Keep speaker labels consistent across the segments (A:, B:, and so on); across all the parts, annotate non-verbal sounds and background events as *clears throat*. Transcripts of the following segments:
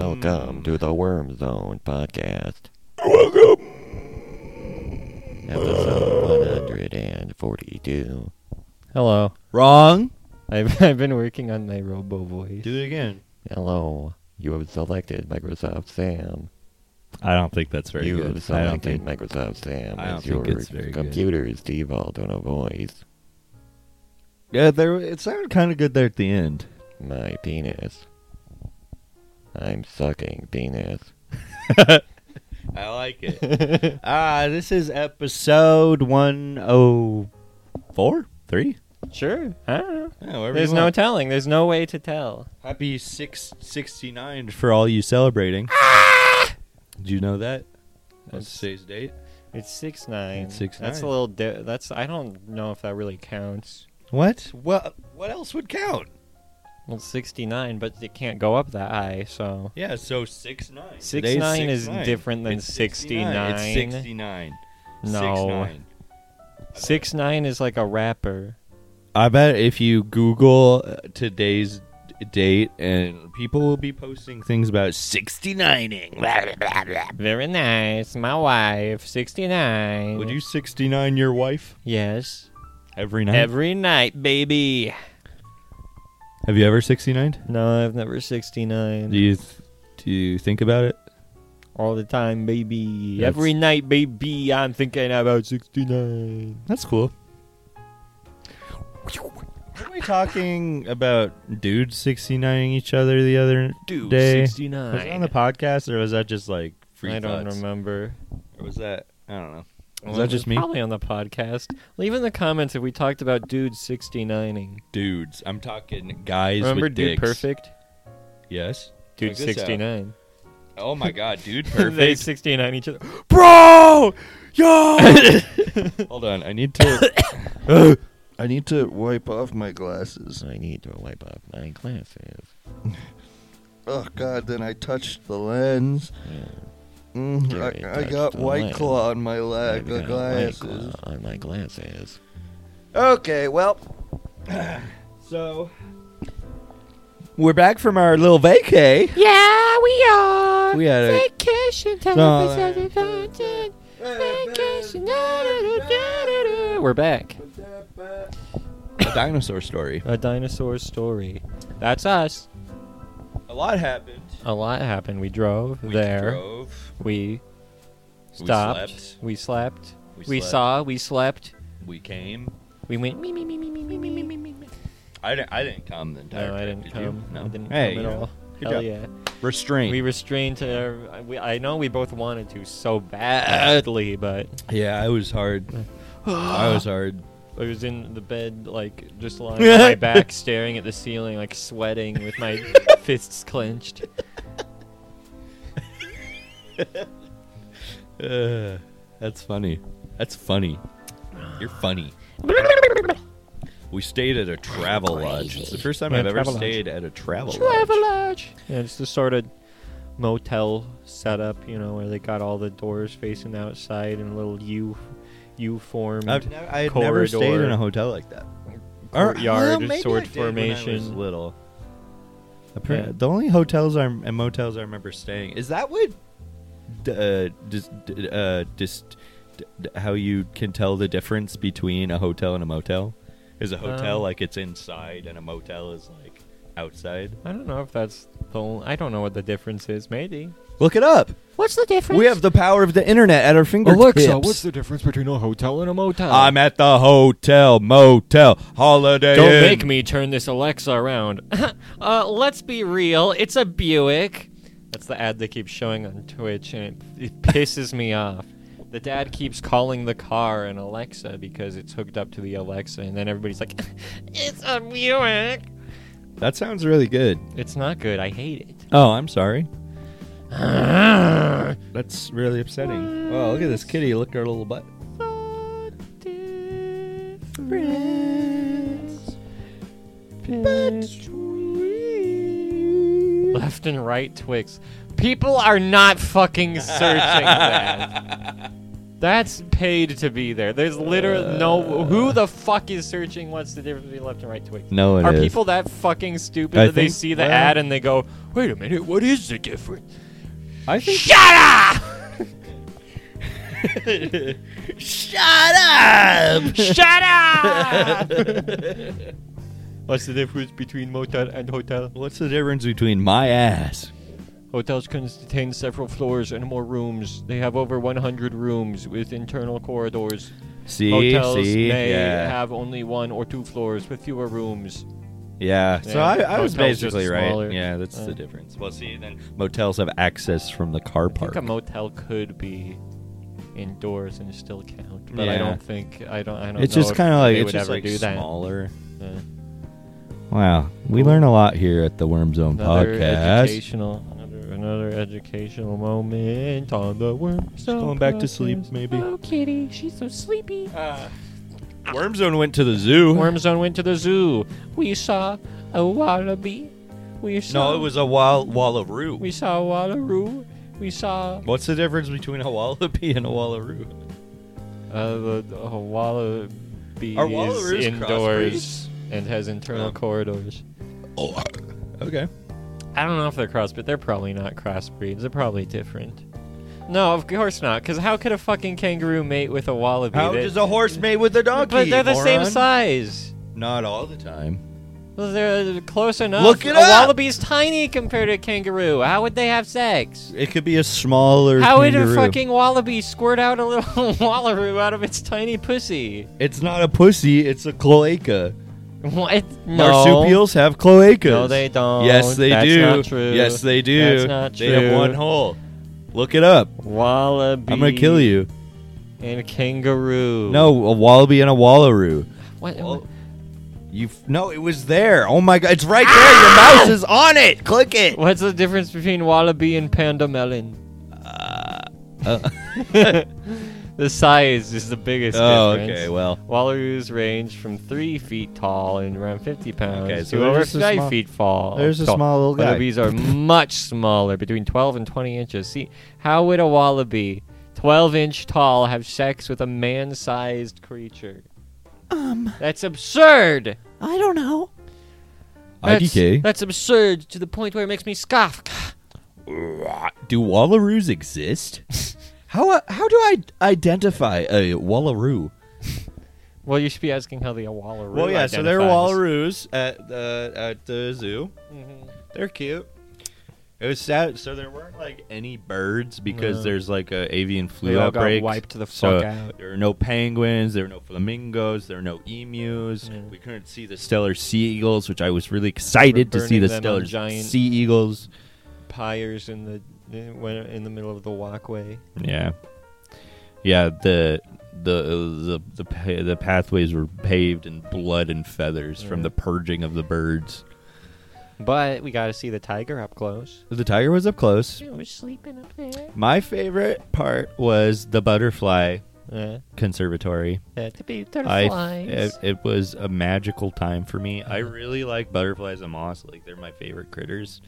A: Welcome to the Worm Zone podcast,
B: Welcome.
A: episode 142.
C: Hello.
B: Wrong.
C: I've, *laughs* I've been working on my robo voice.
B: Do it again.
A: Hello, you have selected Microsoft Sam.
B: I don't think that's very
A: you have
B: good. I don't
A: selected
B: think.
A: Microsoft Sam
B: I don't
A: as your
B: think it's very good.
A: computer's default on a voice.
B: Yeah, there. It sounded kind of good there at the end.
A: My penis. I'm sucking penis.
B: I like it. *laughs* Ah, this is episode one oh four, three.
C: *laughs* Sure. I don't know.
B: Yeah, whatever
C: There's
B: you
C: no
B: want.
C: telling. There's no way to tell.
B: Happy six sixty nine for all you celebrating. Did you know that? Ah! That's
C: It's-
B: today's date.
C: It's six nine.
B: It's 6'9".
C: That's a little. Di- that's. I don't know if that really counts.
B: What? What? What else would count?
C: Well, sixty nine, but it can't go up that high. So
B: Yeah, so six nine.
C: 6'9" is different than 69.
B: It's sixty nine.
C: no, six nine is like a rapper.
B: I bet if you Google uh, today's date, and people will be posting things about 69ing. Blah, blah, blah, blah.
C: Very nice. My wife, sixty nine.
B: Would you 69 your wife
C: Yes.
B: every night?
C: Every night, baby.
B: Have you ever 69'd?
C: No, I've never sixty nine.
B: Do you th- do you think about it?
C: All the time, baby.
B: That's-
C: Every night, baby. I'm thinking about sixty nine.
B: That's cool. Were we talking about dudes 69ing each other the other
C: Dude,
B: day?
C: sixty nine.
B: Was it on the podcast, or was that just like free
C: I don't
B: thoughts?
C: remember.
B: Or was that I don't know. Was
C: Well,
B: that
C: it
B: just me?
C: Probably on the podcast. Leave in the comments if we talked about dude 69ing.
B: Dudes, I'm talking guys.
C: Remember
B: with
C: Dude
B: dicks.
C: Perfect?
B: Yes.
C: Dude
B: Check this out.
C: 69.
B: Oh my god, *laughs*
C: *laughs*
B: dude,
C: they
B: perfect.
C: 69 each
B: *gasps*
C: other.
B: Bro! Yo! *laughs* Hold on, I need to I need to wipe off my glasses.
A: I need to wipe off my glasses.
D: Oh God! Then I touched the lens.
A: Yeah,
D: Mm,
A: Yeah, you
D: I, I
A: touched
D: got
A: the
D: white
A: lens.
D: claw on my
A: I've
D: leg.
A: got
D: The
A: white
B: uh,
D: glasses.
A: claw on my glasses.
D: Okay, well,
B: *coughs* So we're back from our little vacay.
C: Yeah, we are.
B: We had a
C: Vacation time.
B: No.
C: vacation. Vacation. da-da-da-da-da-da. We're back.
B: a dinosaur story.
C: A dinosaur story. That's us.
B: A lot happened.
C: A lot happened. We drove
B: We
C: there.
B: drove.
C: We
B: We
C: stopped.
B: slept.
C: We slept.
B: We
C: We,
B: slept.
C: saw. We slept.
B: We came.
C: We went. Me me me me me me me me me me. me.
B: I didn't. I didn't come the entire
C: No, I
B: trip,
C: didn't
B: did
C: come.
B: You? No,
C: I didn't
B: hey,
C: come
B: you
C: at
B: know,
C: all.
B: Good
C: Hell
B: job.
C: yeah.
B: Restraint.
C: We restrained to. our- we, I know we both wanted to so badly, but
B: yeah, I was hard. I was hard.
C: I was in the bed, like just lying on
B: *laughs*
C: my back, staring at the ceiling, like sweating with my fists clenched.
B: Uh, that's funny. That's funny. You're funny. We stayed at a travel lodge. It's the first time
C: Yeah,
B: I've ever
C: travel lodge.
B: stayed at a travel lodge.
C: Travelodge. Yeah, it's the sort of motel setup, you know, where they got all the doors facing outside and a little U, U formed
B: I've nev- I had never stayed in a hotel like that. Or- well,
C: courtyard,
B: maybe I
C: sword
B: did when I was
C: formation.
B: little. Appar-
C: Yeah.
B: The only hotels I, and motels I remember staying is that what? d- Uh, just, d- uh, just d- d- how you can tell the difference between a hotel and a motel? Is a hotel
C: Um,
B: like it's inside and a motel is like outside?
C: I don't know if that's the. Only, I don't know what the difference is. Maybe.
B: Look it up.
C: What's the difference?
B: We have the power of the internet at our fingertips.
C: the difference between a hotel and a motel?
B: I'm at the hotel, motel, holiday.
C: Don't
B: Inn.
C: make me turn this Alexa around. *laughs* uh, let's be real. It's a Buick. That's the ad they keep showing on Twitch, and it, it *laughs* pisses me off. The dad keeps calling the car an Alexa because it's hooked up to the Alexa, and then everybody's like, *laughs* "It's a Buick."
B: That sounds really good.
C: It's not good. I hate it.
B: Oh, I'm sorry.
C: *sighs* *laughs*
B: That's really upsetting. Oh, look at this kitty. Look at her little butt.
C: Left and right Twix. People are not fucking searching that. That's paid to be there. There's literally no. Who the fuck is searching? What's the difference between left and right twigs?
B: No one
C: Are
B: is.
C: people that fucking stupid
B: I
C: that they
B: think-
C: see the
B: well-
C: ad and they go, "Wait a minute, what is the difference?"
B: I think
C: *laughs*
B: *laughs*
C: Um, *laughs*
B: *laughs*
C: Shut up! *laughs* What's the difference between motel and hotel?
B: What's the difference between my ass?
C: Hotels contain several floors and more rooms. They have over 100 rooms with internal corridors.
B: See,
C: Hotels
B: see,
C: may
B: yeah,
C: have only one or two floors with fewer rooms.
B: yeah. So
C: Yeah,
B: I, I was
C: motel's just
B: basically right.
C: smaller.
B: Yeah, that's
C: Uh.
B: the difference. Well, see, then motels have access from the car
C: I think
B: park.
C: a motel could be indoors and still count, but I
B: Yeah.
C: don't think I don't. I don't.
B: It's
C: know
B: just
C: if
B: kind of
C: they
B: like it's
C: would
B: just
C: ever
B: like
C: do that. Uh,
B: smaller.
C: Yeah.
B: Wow, we learn a lot here at the Worm Zone
C: Another
B: podcast.
C: educational, another, another educational moment on the worm. So
B: going back to sleep, maybe. Uh,
C: Oh, kitty, she's so sleepy.
B: Worm Zone went to the zoo.
C: Worm Zone went to the zoo. We saw a wallaby. We saw.
B: no, it was a wall wallaroo.
C: We saw a wallaroo. We saw
B: What's the difference between a wallaby *laughs* and a wallaroo?
C: uh, the, the a wallaby
B: Are
C: is
B: wallaroos
C: indoors and has internal
B: Um,
C: corridors.
E: Oh, uh,
B: Okay.
C: I don't know if they're crossbreed. They're probably not crossbreeds. They're probably different. No, of course not. Because how could a fucking kangaroo mate with a wallaby?
B: How
C: They-
B: does a horse mate with a donkey?
C: But they're the same
B: moron?
C: size.
B: Not all the time.
C: Well, they're close enough.
B: Look it
C: a
B: up!
C: wallaby's tiny compared to a kangaroo. How would they have sex?
B: It could be a smaller.
C: How would
B: kangaroo.
C: a fucking wallaby squirt out a little *laughs* wallaroo out of its tiny pussy?
B: It's not a pussy. It's a cloaca.
C: What? No.
B: Marsupials have cloacas.
C: No, they don't.
B: Yes, they
C: That's
B: do.
C: not true.
B: Yes, they do.
C: That's not
B: They have
C: true.
B: one hole. Look it up.
C: Wallaby.
B: I'm gonna kill you.
C: And kangaroo.
B: No, a wallaby and a wallaroo.
C: What?
B: You f- no, it was there. Oh my god, it's right there. Your mouse is on it. Click it.
C: What's the difference between wallaby and panda
B: *laughs*
C: melon?
B: Uh,
C: *laughs*
B: *laughs*
C: The size is the biggest
B: oh,
C: difference.
B: okay. Well,
C: Wallaroos range from three feet tall and around 50 pounds
B: Okay, so
C: to
B: they're
C: over
B: just a
C: 5
B: small-
C: feet fall.
B: there's a
C: tall.
B: small little guy.
C: Wallabies are much smaller, between 12 and 20 inches. See, how would a wallaby, 12 inch tall, have sex with a man sized creature? Um. That's absurd!
F: I don't know.
C: That's,
B: IDK.
C: That's absurd to the point where it makes me scoff. *sighs*
B: Do
C: *laughs*
B: wallaroos exist?
C: uh,
B: how how do I identify a wallaroo?
C: Well, you should be asking how the wallaroo
B: Well, yeah. So there are
C: identifies.
B: wallaroos at the at the zoo.
C: Mhm.
B: They're cute. It was sad. So there weren't like any birds because
C: No.
B: there's like a avian flu
C: They all got
B: outbreak.
C: wiped the
B: so
C: fuck out.
B: There were no penguins. There were no flamingos. There were no emus.
C: Yeah.
B: We couldn't see the stellar sea eagles, which I was really excited to see
C: burning
B: the
C: them on
B: stellar
C: giant-
B: sea eagles.
C: Pyres in the in in the middle of the walkway.
B: Yeah, yeah. The the the the, pa- the pathways were paved in blood and feathers from
C: Yeah.
B: the purging of the birds.
C: But we got to see the tiger up close.
B: The tiger was up close.
C: She was sleeping up there.
B: My favorite part was the butterfly
C: Yeah,
B: conservatory.
C: to be
B: I it, it was a magical time for me. I really like butterflies and moths; like they're my favorite critters.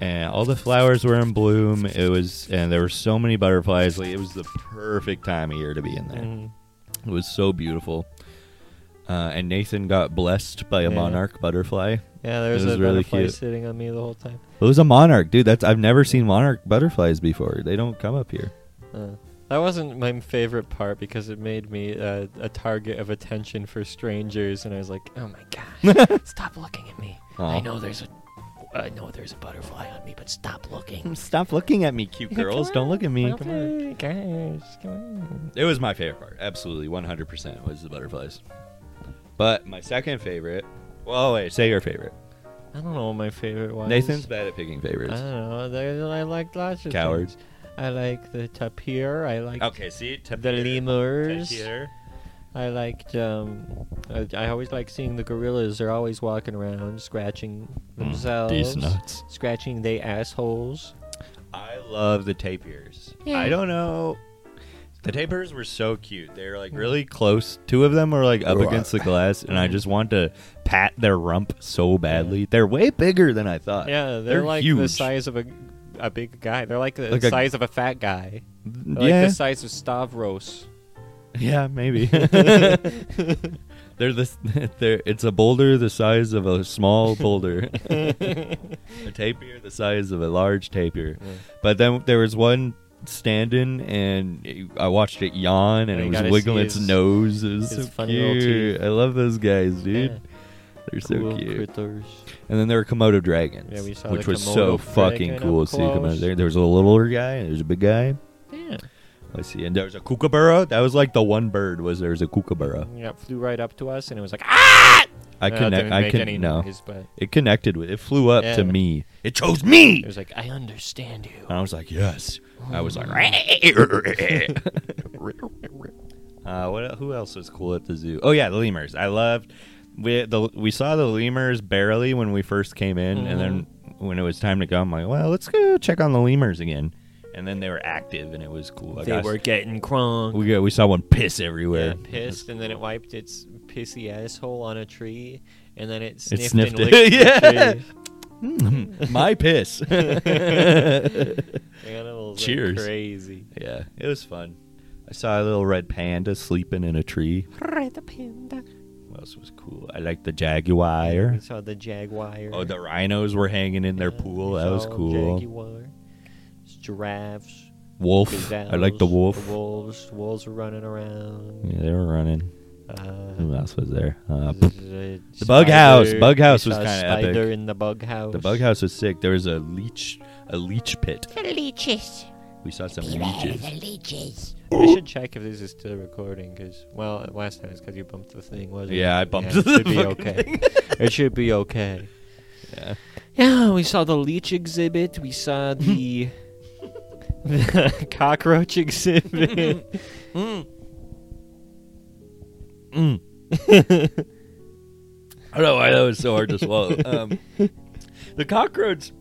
B: And all the flowers were in bloom. It was, and there were so many butterflies. Like it was the perfect time of year to be in there. It was so beautiful. Uh, and Nathan got blessed by a
C: Yeah.
B: monarch butterfly.
C: Yeah, there was,
B: It was
C: a
B: really
C: butterfly
B: cute.
C: sitting on me the whole time.
B: It was a monarch, dude. That's I've never seen monarch butterflies before. They don't come up here.
C: Uh, that wasn't my favorite part because it made me uh, a target of attention for strangers, and I was like, "Oh my
B: *laughs*
C: god, stop looking at me! I
B: Aw.
C: know there's a, I know there's a butterfly on me, but stop
B: *laughs*
C: looking."
B: *laughs* Stop looking at me, cute girls. Don't look at me. Come on.
C: guys, come on.
B: It was my favorite part. Absolutely, one hundred percent was the butterflies. But my second favorite. Well, wait, say your favorite.
C: I don't know what my favorite was. uh,
B: Nathan's bad at picking
C: I
B: favorites.
C: don't know. There's, I like lots of
B: Coward.
C: things. I like the tapir. I like
B: Okay, see
C: the lemurs. I liked. Um, I, I always like seeing the gorillas. They're always walking around, scratching
B: Mm,
C: themselves,
B: These nuts.
C: scratching they assholes.
B: I love the tapirs. I don't know. The tapirs were so cute. They were like really close. Two of them were like up against the glass, and
C: Mm-hmm.
B: I just want to pat their rump so badly. Uh, They're way bigger than I thought.
C: Yeah, they're, like
B: huge.
C: the size of a a big guy. They're like the
B: Like a-
C: size of a fat guy. They're
B: yeah,
C: Like the size of Stavros.
B: *laughs*
C: *laughs*
B: yeah, maybe. *laughs* they're this. *laughs* They're it's a boulder the size of a
C: *laughs*
B: small boulder, a tapir the size of a large tapir. But then there was one standing, and I watched it yawn, and
C: Oh, you
B: it
C: gotta
B: was
C: see
B: wiggling its
C: his-
B: nose. It was
C: his
B: so
C: funny little
B: cute.
C: teeth.
B: I love those guys, dude.
C: Yeah.
B: They're so
A: Cool
B: cute.
A: critters.
B: And then there were Komodo dragons,
C: Yeah, we saw
B: which
C: the
B: was so
C: Komodo
B: fucking
C: dragon
B: cool
C: up
B: to see. Komodo.
C: close.
B: There, there was a littler guy, and there's a big guy.
C: Yeah.
B: Let's see, and there was a kookaburra. That was like the one bird was there was a kookaburra.
C: Yeah, it flew right up to us and it was like, ah!
B: I
C: No, it
B: connect.
C: didn't
B: I
C: make any
B: can no.
C: noise, but
B: It connected with. It flew up
C: Yeah.
B: to me. It chose me.
C: it was like, I understand you.
B: And I was like, yes. I was
C: Oh.
B: like, *laughs* uh, what? el- Who else was cool at the zoo? Oh yeah, the lemurs. I loved. We the we saw the lemurs barely when we first came in, and then
C: Mm-hmm.
B: when it was time to go, I'm like, well, let's go check on the lemurs again. And then they were active, and it was cool. I
C: they
B: got-
C: were getting crunk.
B: We got, we saw one piss
C: yeah,
B: everywhere.
C: pissed, and then it wiped its pissy asshole on a tree, and then it
B: It
C: sniffed,
B: sniffed
C: and
B: it.
C: licked the
B: *laughs* yeah.
C: tree.
B: Mm, *laughs*
C: *laughs*
B: My piss.
C: Animals
B: Cheers.
C: are crazy.
B: Yeah, it was fun. I saw a little red panda sleeping in a tree. What else was cool? I liked the jaguar.
C: We saw the jaguar.
B: Oh, the rhinos were hanging in their
C: Yeah,
B: pool.
C: we
B: That was
C: saw
B: cool.
C: Jaguar, giraffes,
B: wolf. I like the
C: gazelles,
B: wolf.
C: The wolves, the wolves were running around.
B: Yeah, they were running. Who
C: Uh,
B: else was there? Uh,
C: the the
B: bug house.
C: spider-
B: Bug
C: we
B: house was
C: saw a
B: kinda epic.
C: Spider in the bug house.
B: the bug house was sick. There was a leech, a leech pit.
F: Leeches.
B: We saw some
F: Beware
B: leeches.
F: the leeches.
C: I should check if this is still recording because, well, last time it's because you bumped the thing, wasn't it?
B: Yeah, I bumped
C: it
B: the
C: should be
B: fucking
C: okay.
B: thing.
C: *laughs* it should be okay.
B: Yeah.
C: Yeah, we saw the leech exhibit. We saw the, *laughs* the cockroach *laughs* exhibit.
B: Mm. *laughs* I don't know why that was so hard
C: *laughs*
B: to swallow. Um, the cockroach.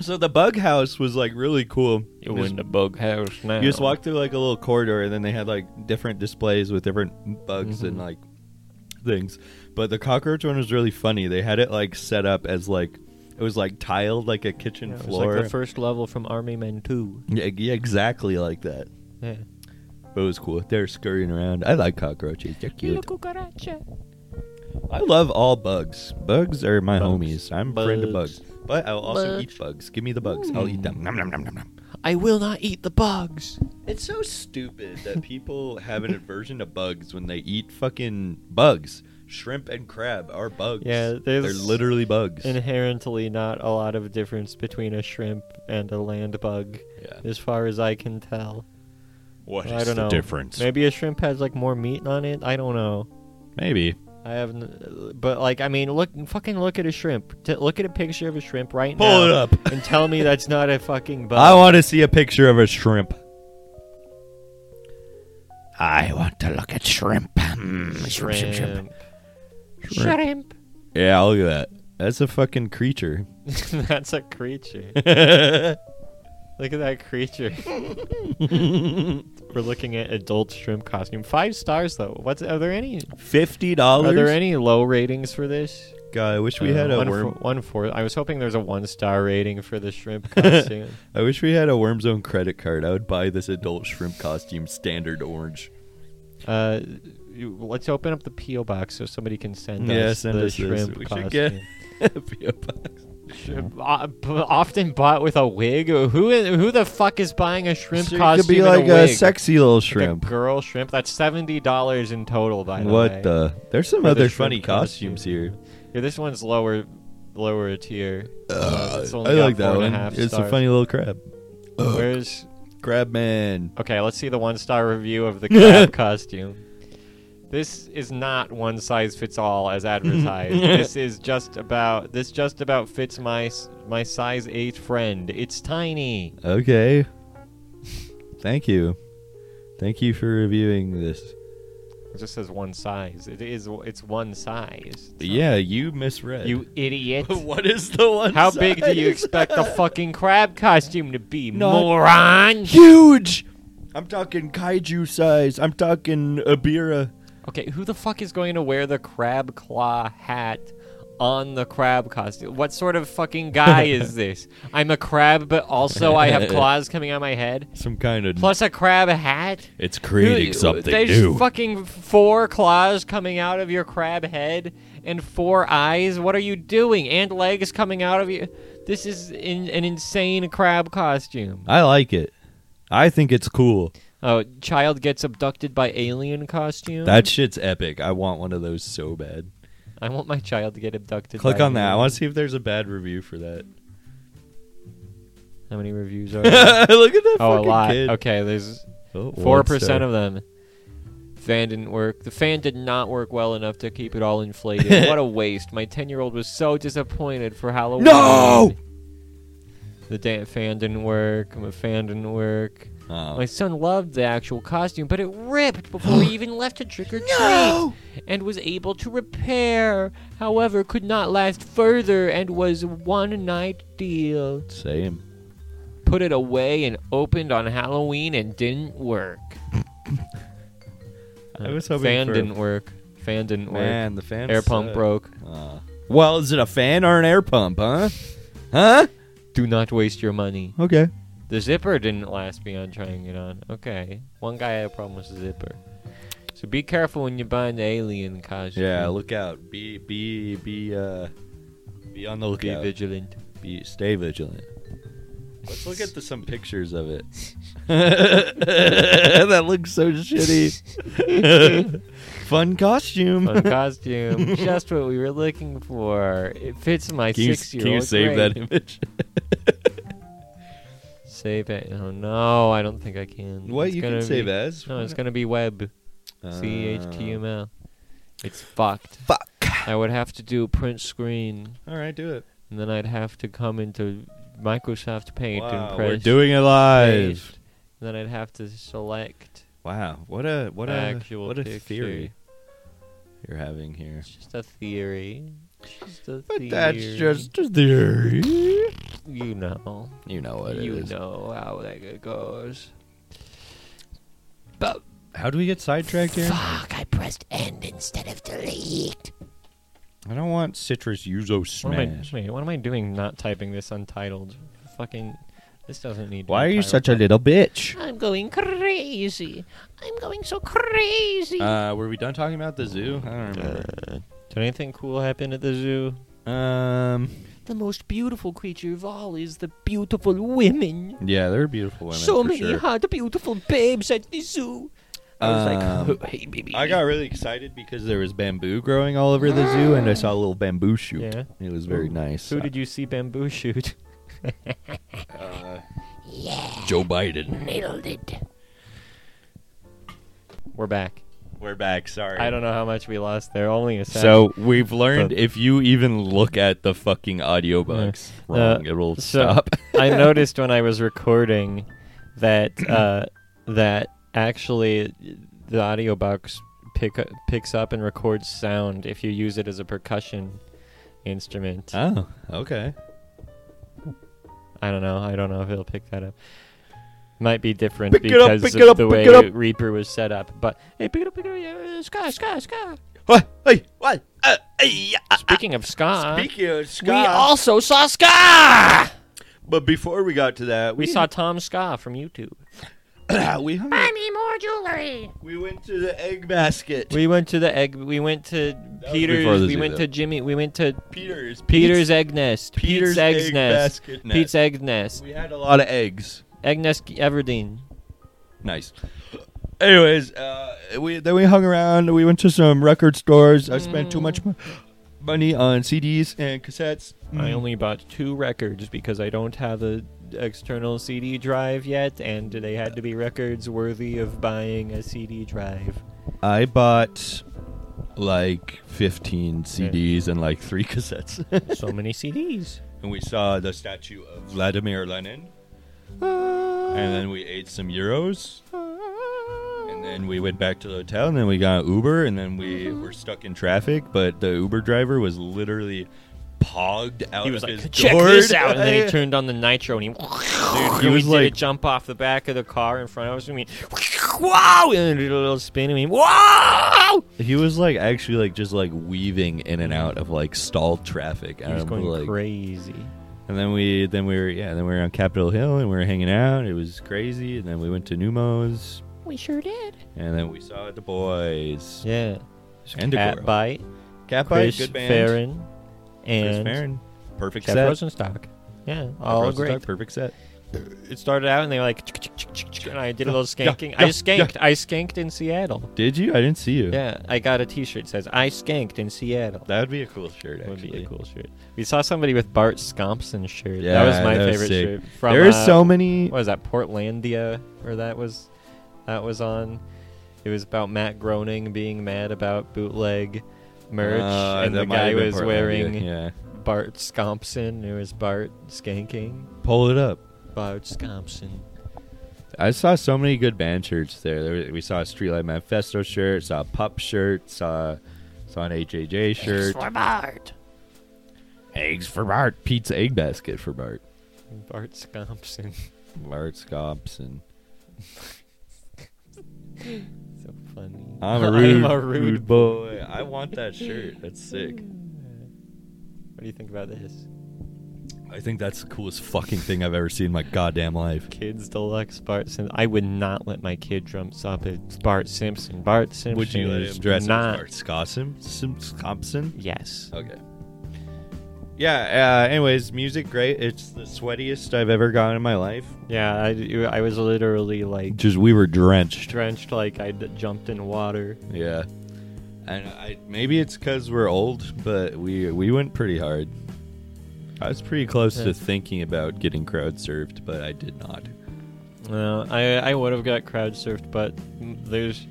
B: So the bug house was like really cool.
C: You in the bug house now.
B: You just walked through like a little corridor, and then they had like different displays with different bugs and
C: Mm-hmm.
B: like things. But the cockroach one was really funny. They had it like set up as like it was like tiled like a kitchen
C: Yeah, it was
B: floor.
C: like the first level from Army Men 2.
B: yeah, yeah, exactly like that.
C: Yeah.
B: But it was cool. They're scurrying around. I like cockroaches. They're cute.
F: cucaracha.
B: I love all bugs. Bugs are my homies. I'm a friend of
C: Bugs.
B: bugs. But I'll also eat bugs. Give me the bugs. I'll eat them. Nom, nom, nom, nom, nom.
C: I will not eat the bugs.
B: It's so stupid that people have an aversion to bugs when they eat fucking bugs. Shrimp and crab are bugs.
C: Yeah,
B: they're
C: there's
B: literally bugs.
C: Inherently, not a lot of difference between a shrimp and a land bug,
B: yeah.
C: as far as I can tell.
B: What
C: I don't know. Maybe a shrimp has like more meat on it. I don't know.
B: Maybe.
C: I haven't, but like, I mean, look, fucking look at a shrimp. T- look at a picture of a shrimp right
B: Pull
C: now.
B: it up.
C: *laughs* and tell me that's not a fucking bug.
B: *laughs* I want to see a picture of a shrimp. I want to look at shrimp. Mm,
C: shrimp.
F: Shrimp.
B: Yeah, look at that. That's a fucking creature.
C: *laughs* that's a
B: *laughs*
C: creature. Look at that creature. We're looking at adult shrimp costume. Five stars though. What's are there any?
B: Fifty dollars.
C: Are there any low ratings for this?
B: God, I wish Oh, we had
C: Uh,
B: a
C: one
B: worm.
C: fo- one four. I was hoping there's a one star rating for the
B: *laughs*
C: shrimp costume.
B: I wish we had a Worm Zone credit card. I would buy this adult shrimp costume, standard orange. *laughs*
C: Uh, you- let's open up the PO box so somebody can send
B: Yeah,
C: us
B: send
C: the
B: us this.
C: shrimp
B: We
C: costume.
B: should get- P.O. box.
C: Shrimp- o- b- often bought with a wig. Who i- who the fuck is buying a shrimp
B: She
C: costume?
B: could be
C: and
B: like
C: a, wig?
B: sexy little
C: Like a
B: shrimp.
C: girl shrimp. That's seventy dollars in total. By the way.
B: what the? There's some
C: For the
B: other
C: shrimp
B: funny
C: costume.
B: costumes here.
C: Yeah, this one's lower, lower tier. Uh, it's
B: I
C: only got
B: like that
C: four
B: one.
C: and a half
B: It's a
C: stars.
B: funny little crab.
C: Where's
B: Crab man.
C: okay? Let's see the one star review of the
B: *laughs*
C: crab costume. This is not one size fits all as
B: *laughs*
C: advertised. this is just about this just about fits my s- my size eight friend. It's tiny.
B: Okay. Thank you. Thank you for reviewing this.
C: It just says one size. It is it's one size. It's
B: Yeah, you misread.
C: not- You
B: *laughs*
C: idiot.
B: what is the one?
C: How big do you
B: size?
C: expect the fucking crab costume to
B: *laughs*
C: be,
B: Not-
C: moron?
B: Huge. I'm talking kaiju size. I'm talking Abira.
C: Okay, who the fuck is going to wear the crab claw hat on the crab costume. What sort of fucking
B: *laughs*
C: guy is this? I'm a crab, but also I have claws coming out of my head.
B: Some kind of
C: Plus a crab hat.
B: It's creating
C: Dude,
B: something
C: There's
B: new.
C: fucking four claws coming out of your crab head and four eyes. What are you doing? And legs coming out of you. This is in, an insane crab costume.
B: I like it. I think it's cool.
C: Oh, child gets abducted by alien costume.
B: That shit's epic. I want one of those so bad.
C: I want my child to get abducted.
B: Click
C: by
B: on that. I
C: alien.
B: want to see if there's a bad review for that.
C: How many reviews are
B: *laughs* *laughs* Look at
C: there?
B: that
C: oh, a
B: fucking
C: lot.
B: kid.
C: Okay, there's
B: Oh, one
C: four percent
B: star.
C: of them. Fan didn't work. The fan did not work well enough to keep it all
B: *laughs*
C: inflated. what a waste! My ten-year-old was so disappointed for Halloween.
B: No!
C: The da- fan didn't work. My fan didn't work.
B: Oh.
C: My son loved the actual costume, but it ripped before
B: *gasps*
C: he even left to trick or treat and was able to repair. However, could not last further and was one night deal.
B: Same.
C: Put it away and opened on Halloween and didn't work.
B: *laughs*
C: Uh,
B: I was hoping
C: fan
B: for-
C: didn't work. Fan didn't
B: Man, the fan.
C: work. Air pump
B: suck.
C: broke.
B: Uh, well, is it a fan or an air pump, huh? Huh?
C: Do not waste your money.
B: Okay.
C: The zipper didn't last beyond trying it on. Okay. One guy had a problem with the zipper. So be careful when you buy an alien costume.
B: Yeah, look out. Be be be uh be on the
C: Be
B: lookout. *laughs*
C: vigilant.
B: Be- stay vigilant. Let's look at the, some pictures of it. *laughs* that looks so shitty. *laughs* Fun costume.
C: Fun costume. Just what we were looking for. It fits my
B: can you,
C: six year old.
B: can you save that image?
C: Save it. Oh no, I don't think I can.
B: *laughs* what
C: It's
B: you
C: gonna
B: can save
C: be-
B: as?
C: No, it's gonna be web. C H T M L. It's fucked.
D: Fuck.
C: I would have to do print screen,
B: Oh. All right, do it.
C: and then I'd have to come into Microsoft Paint
B: Wow,
C: and press.
B: we're doing it live.
C: paste. And then I'd have to select
B: Wow, what a what a
C: actual
B: what a
C: picture.
B: theory you're having here.
C: It's just a theory. It's Just a
B: But
C: theory.
B: that's just a theory.
C: you know.
B: You know what
C: you
B: it is.
C: know how that goes.
B: How do we get sidetracked here?
F: Fuck, I pressed end instead of delete.
B: I don't want citrus yuzu
C: What am, I,
B: smash.
C: wait, what am I doing not typing this untitled? Fucking. This doesn't need to
B: Why
C: be
B: are you
C: titled.
B: such a little bitch?
F: I'm going crazy. I'm going so crazy.
B: Uh, were we done talking about the zoo? I don't remember.
C: Did anything cool happen at the zoo?
B: Um,
F: the most beautiful creature of all is the beautiful women.
B: yeah, they're beautiful women.
F: so
B: for
F: many
B: sure.
F: hot, beautiful babes at the zoo. I was like,
B: Um,
F: *laughs* hey, baby.
B: I got really excited because there was bamboo growing all over the zoo, and I saw a little bamboo shoot.
C: Yeah.
B: It was very nice.
C: Who did you see bamboo shoot? *laughs*
B: Uh,
F: Yeah,
B: Joe Biden.
F: nailed it.
C: We're back.
B: We're back. Sorry.
C: I don't know how much we lost there. Only a second.
B: So we've learned
C: But-
B: if you even look at the fucking audio box wrong,
C: Uh,
B: it will
C: so-
B: stop.
C: *laughs*
B: *laughs*
C: I noticed when I was recording that
B: *clears throat*
C: uh, that actually the audio box pick picks up and records sound if you use it as a percussion instrument.
B: oh, okay.
C: I don't know. I don't know if it'll pick that up. Might be different
B: Pick it up,
C: because of
B: pick it up,
C: the
B: pick
C: way
B: it up.
C: Reaper was set up. But hey, pick it up, pick it up, yeah, ska, ska, ska.
B: What? Hey, what? Uh, hey, yeah, uh,
C: Speaking of ska,
B: speaking of
C: we
B: ska,
C: also saw ska.
B: but before we got to that,
C: We
B: we,
C: saw Tom Ska from YouTube.
B: *coughs* we hung
F: Buy
B: out-
F: me more jewelry.
B: we went to the egg basket.
C: We went to the egg. We went to
B: was before
C: Peter's.
B: the
C: We
B: zoo,
C: went
B: though.
C: to Jimmy. We went to
B: Peter's
C: Peter's egg nest.
B: Peter's
C: Pete's egg
B: egg
C: nest.
B: basket nest.
C: Pete's egg nest.
B: We had a lot of eggs.
C: Egg nest Everdeen.
B: Nice. *coughs* Anyways, uh, we then we hung around. We went to some record stores. I spent too much mo- money on CDs and cassettes.
C: I
B: Mm.
C: only bought two records because I don't have a external CD drive yet, and they had to be records worthy of buying a CD *laughs* drive.
B: I bought like 15 CDs and like three *laughs* cassettes.
C: So many *laughs* CDs.
B: and we saw the statue of Vladimir Lenin. And then we ate some euros. And then we went back to the hotel and then we got an Uber and then we
C: Mm-hmm.
B: were stuck in traffic, but the Uber driver was literally pogged out
C: He was
B: of
C: like,
B: his
C: "Check
B: door.
C: this out," and then
B: *laughs*
C: he turned on the nitro and he. *laughs*
B: Dude,
C: he
B: he was
C: did a
B: like
C: jump off the back of the car in front of us and we *laughs* wow, and then did a little spin. I mean, wow.
B: He was like actually like just like weaving in and out of like stalled traffic.
C: He was
B: And I'm
C: going
B: like-
C: crazy.
B: And then we then we were yeah then we were on Capitol Hill and we were hanging out. It was crazy. And then we went to Numo's.
F: We sure did.
B: And then we saw the boys.
C: Yeah.
B: And the
C: At
B: girl.
C: Bite,
B: Cat Bite,
C: Chris
B: good band.
C: Farron,
B: Chris
C: and
B: Farron. Perfect
C: Jeff
B: set.
C: Rosenstock. Yeah,
B: Jeff
C: all
B: Rosenstock,
C: great.
B: Perfect set.
C: It started out and they were like, "Chick, chick, chick, chick, chick," and I did a little
B: yeah,
C: skanking.
B: yeah,
C: I skanked. I skanked in Seattle.
B: Did you? I didn't see you.
C: Yeah, I got a T-shirt that says "I skanked in Seattle."
B: That would be a cool shirt.
C: That
B: Actually.
C: would be a cool shirt. We saw somebody with Bart Scompson shirt.
B: Yeah,
C: that was my
B: that was
C: favorite
B: sick.
C: shirt. From
B: there
C: uh,
B: are so many.
C: What was that Portlandia or that was that was on? It was about Matt Groening being mad about bootleg merch,
B: Uh,
C: and
B: that
C: the
B: might have
C: guy
B: been
C: was
B: Portlandia,
C: wearing
B: Yeah.
C: Bart Scompson. It was Bart skanking.
B: Pull it up.
C: Bart Scompson.
B: I saw so many good band shirts there. there was- we saw a Streetlight Manifesto shirt, saw a Pup shirt, saw saw an HJJ shirt,
F: For Bart.
B: eggs for Bart, pizza egg basket for Bart,
C: Bart Scompson.
B: Bart Scops, and
C: *laughs* so funny.
B: *laughs* I'm a
C: *laughs*
B: rude,
C: I'm a
B: rude,
C: rude
B: boy. I want that shirt. That's sick.
C: What do you think about this?
B: I think that's the coolest fucking thing I've ever seen in my goddamn life.
C: Kids Deluxe Bart Simpson. I would not let my kid dress up as Bart Simpson. Bart Simpson.
B: Would you let
C: is
B: him dress
C: not,
B: up as Bart Scossum? Sim- Scompson?
C: Yes.
B: Okay. Yeah. Uh, anyways, music great. It's the sweatiest I've ever gotten in my life.
C: Yeah, I, I was literally like
B: Just we were drenched.
C: drenched, like I d- jumped in water.
B: Yeah. And I maybe it's because we're old, but we we went pretty hard. I was pretty close
C: Yeah.
B: to thinking about getting crowd served, but I did not.
C: No, Uh, I I would have got crowd surfed, but m- there's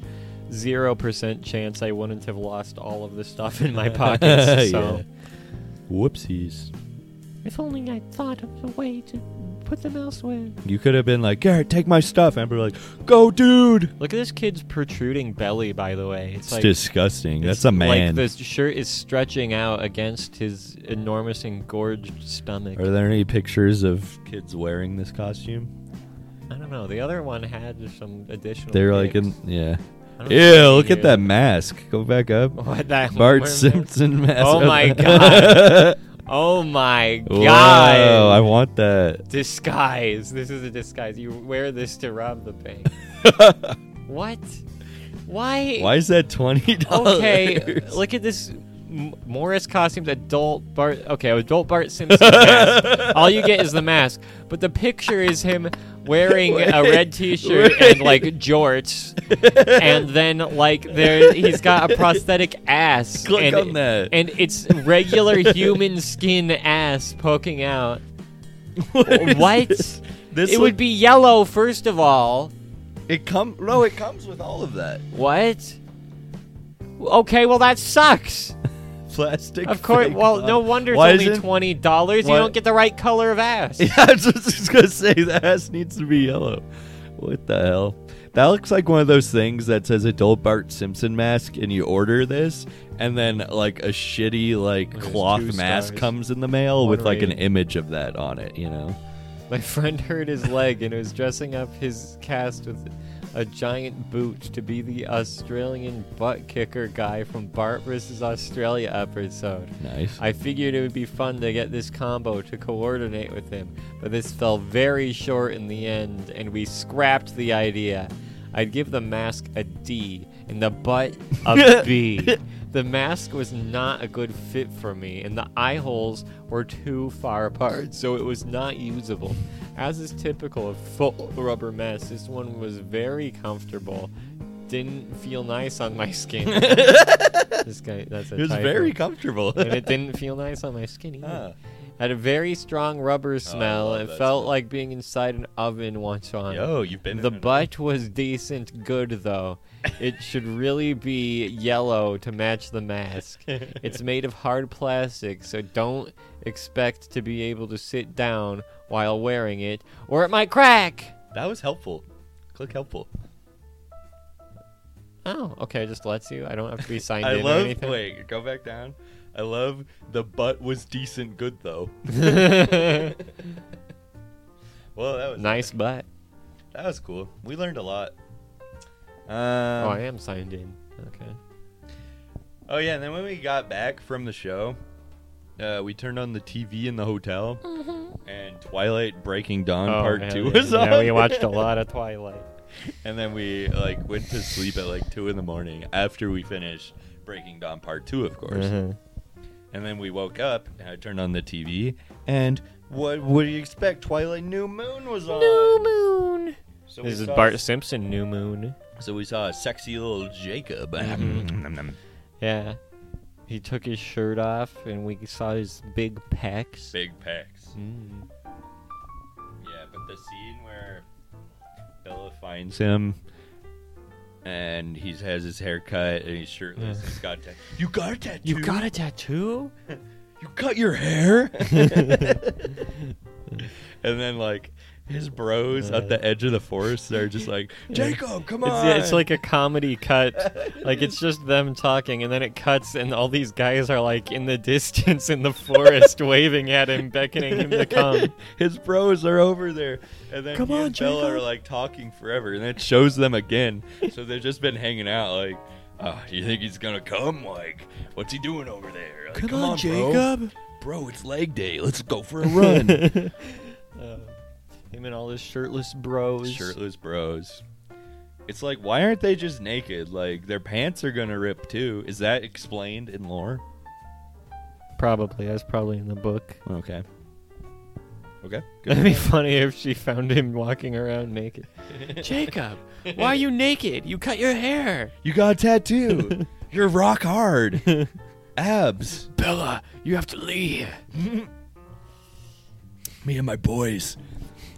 C: zero percent chance I wouldn't have lost all of the stuff in
B: *laughs*
C: my pockets. So
B: Whoopsies.
F: If only I thought of a way to put them elsewhere.
B: You could have been like, Garrett, take my stuff. And we're like, go, dude. It's,
C: look at this kid's protruding belly. By the way, it's, like
B: disgusting.
C: it's
B: That's a man.
C: Like the shirt is stretching out against his enormous engorged stomach.
B: Are there any pictures of kids wearing this costume?
C: I don't know. The other one had some additional.
B: They're like, in,
C: things.
B: yeah.
C: I don't
B: Ew,
C: see it
B: look
C: here.
B: at that mask. Go back up.
C: *laughs* What that
B: Bart
C: where-
B: Simpson mask.
C: Oh
B: *laughs*
C: my God. Oh my god!
B: Wow, I want that.
C: disguise. This is a disguise. You wear this to rob the bank.
B: *laughs*
C: what? Why?
B: Why is that twenty dollars?
C: Okay, look at this M- Morris costumes. Adult Bart. Okay, adult Bart Simpson.
B: *laughs*
C: mask. All you get is the mask, but the picture is him wearing a red T-shirt and like jorts, and then like there he's got a prosthetic ass.
B: Click
C: and,
B: on that.
C: And it's regular human skin ass poking out. *laughs* What?
B: *laughs* This,
C: it would be yellow, first of all.
B: It come. No, it comes with all of that
C: What? Okay, well that sucks.
B: plastic.
C: Of course.
B: fake
C: Well, no
B: love.
C: wonder it's
B: Why
C: only
B: isn't-
C: twenty dollars. You
B: Why-
C: don't get the right color of ass.
B: *laughs* Yeah, I was just gonna say the ass needs to be yellow. What the hell? That looks like one of those things that says adult Bart Simpson mask, and you order this, and then like a shitty like
C: There's
B: cloth
C: two
B: mask
C: stars.
B: comes in the mail
C: One
B: with like an
C: rating.
B: image of that on it. You know.
C: *laughs* My friend hurt his leg and was dressing up his cast with a giant boot to be the Australian butt kicker guy from Bart vs Australia episode.
B: Nice.
C: I figured it would be fun to get this combo to coordinate with him, but this fell very short in the end, and we scrapped the idea. I'd give the mask a D and the butt
B: *laughs*
C: a B. The mask was not a good fit for me, and the eye holes were too far apart, so it was not usable. As is typical of full rubber masks, this one was very comfortable. Didn't feel nice on my
B: *laughs*
C: skin. this guy, that's a
B: it was
C: typo *laughs*
B: very comfortable. *laughs*
C: and it didn't feel nice on my skin either.
B: Huh. Oh,
C: Had a very strong rubber smell.
B: love
C: it
B: that
C: felt
B: smell.
C: like being inside an oven once on.
B: Yo, you've been
C: the
B: in an
C: butt was decent good though. It should really be yellow to match the mask.
B: *laughs*
C: it's made of hard plastic, so don't expect to be able to sit down while wearing it or it might crack.
B: That was helpful. Click helpful.
C: Oh, okay, it just lets you. I don't have to
B: *laughs*
C: be signed
B: I
C: in or
B: love.
C: anything.
B: Wait, go back down. I love the butt was decent good
C: *laughs*
B: though. *laughs* well, that was
C: nice butt.
B: that was cool. We learned a lot.
C: oh,
B: Uh,
C: I am signed in. Okay.
B: oh yeah, and then when we got back from the show, uh, we turned on the TV in the hotel, and Twilight Breaking Dawn
C: oh,
B: Part
C: hell
B: Two
C: yeah.
B: was on.
C: Yeah, we watched
B: *laughs*
C: a lot of Twilight.
B: and then we like went to sleep at like two in the morning after we finished Breaking Dawn Part Two, of
C: Mm-hmm.
B: course. And then we woke up, and I turned on the TV, and what would you expect? Twilight New Moon was on. New Moon. So we
C: This is
B: saw-
C: Bart Simpson, New Moon.
B: So we saw a sexy little Jacob.
C: Mm-hmm.
D: Mm.
E: Mm,
C: Yeah. He took his shirt off and we saw his big pecs.
B: Big pecs.
C: Mm.
B: Yeah, but the scene where Bella finds him and he has his hair cut and he's shirtless. He's got ta- you got a tattoo.
C: You got a
B: *laughs*
C: tattoo?
B: You cut
C: *laughs*
B: your hair. *laughs* and then like his bros at the edge of the forest are
C: *laughs*
B: just like Jacob, come
C: Uh. It's,
B: on.
C: yeah, it's like a comedy cut. like
B: *laughs*
C: it's just them talking and then it cuts and all these guys are like in the *laughs* distance in the
B: *laughs*
C: forest waving at him, beckoning him to come.
B: His bros are over there, and then
F: Come
B: he
F: on,
B: and Bella
F: Jacob.
B: are like talking forever, and it shows them again. so they've just been hanging out. Like, oh, you think he's gonna come? Like, what's he doing over there? Like, come, on,
F: Jacob.
B: bro. Bro, it's leg day. Let's go for a
E: *laughs*
B: run.
C: *laughs* Uh, him and all his shirtless bros.
B: Shirtless bros. It's like, why aren't they just naked? Like, their pants are gonna rip too. Is that explained in lore?
C: Probably. That's probably in the book.
F: *laughs*
B: Okay. Okay.
C: It'd be funny if she found him walking around naked.
F: *laughs* Jacob, why are you naked? You cut your hair.
B: You got a tattoo. *laughs* You're rock *laughs* hard. Abs.
F: Bella, you have to leave.
B: *laughs* Me and my boys,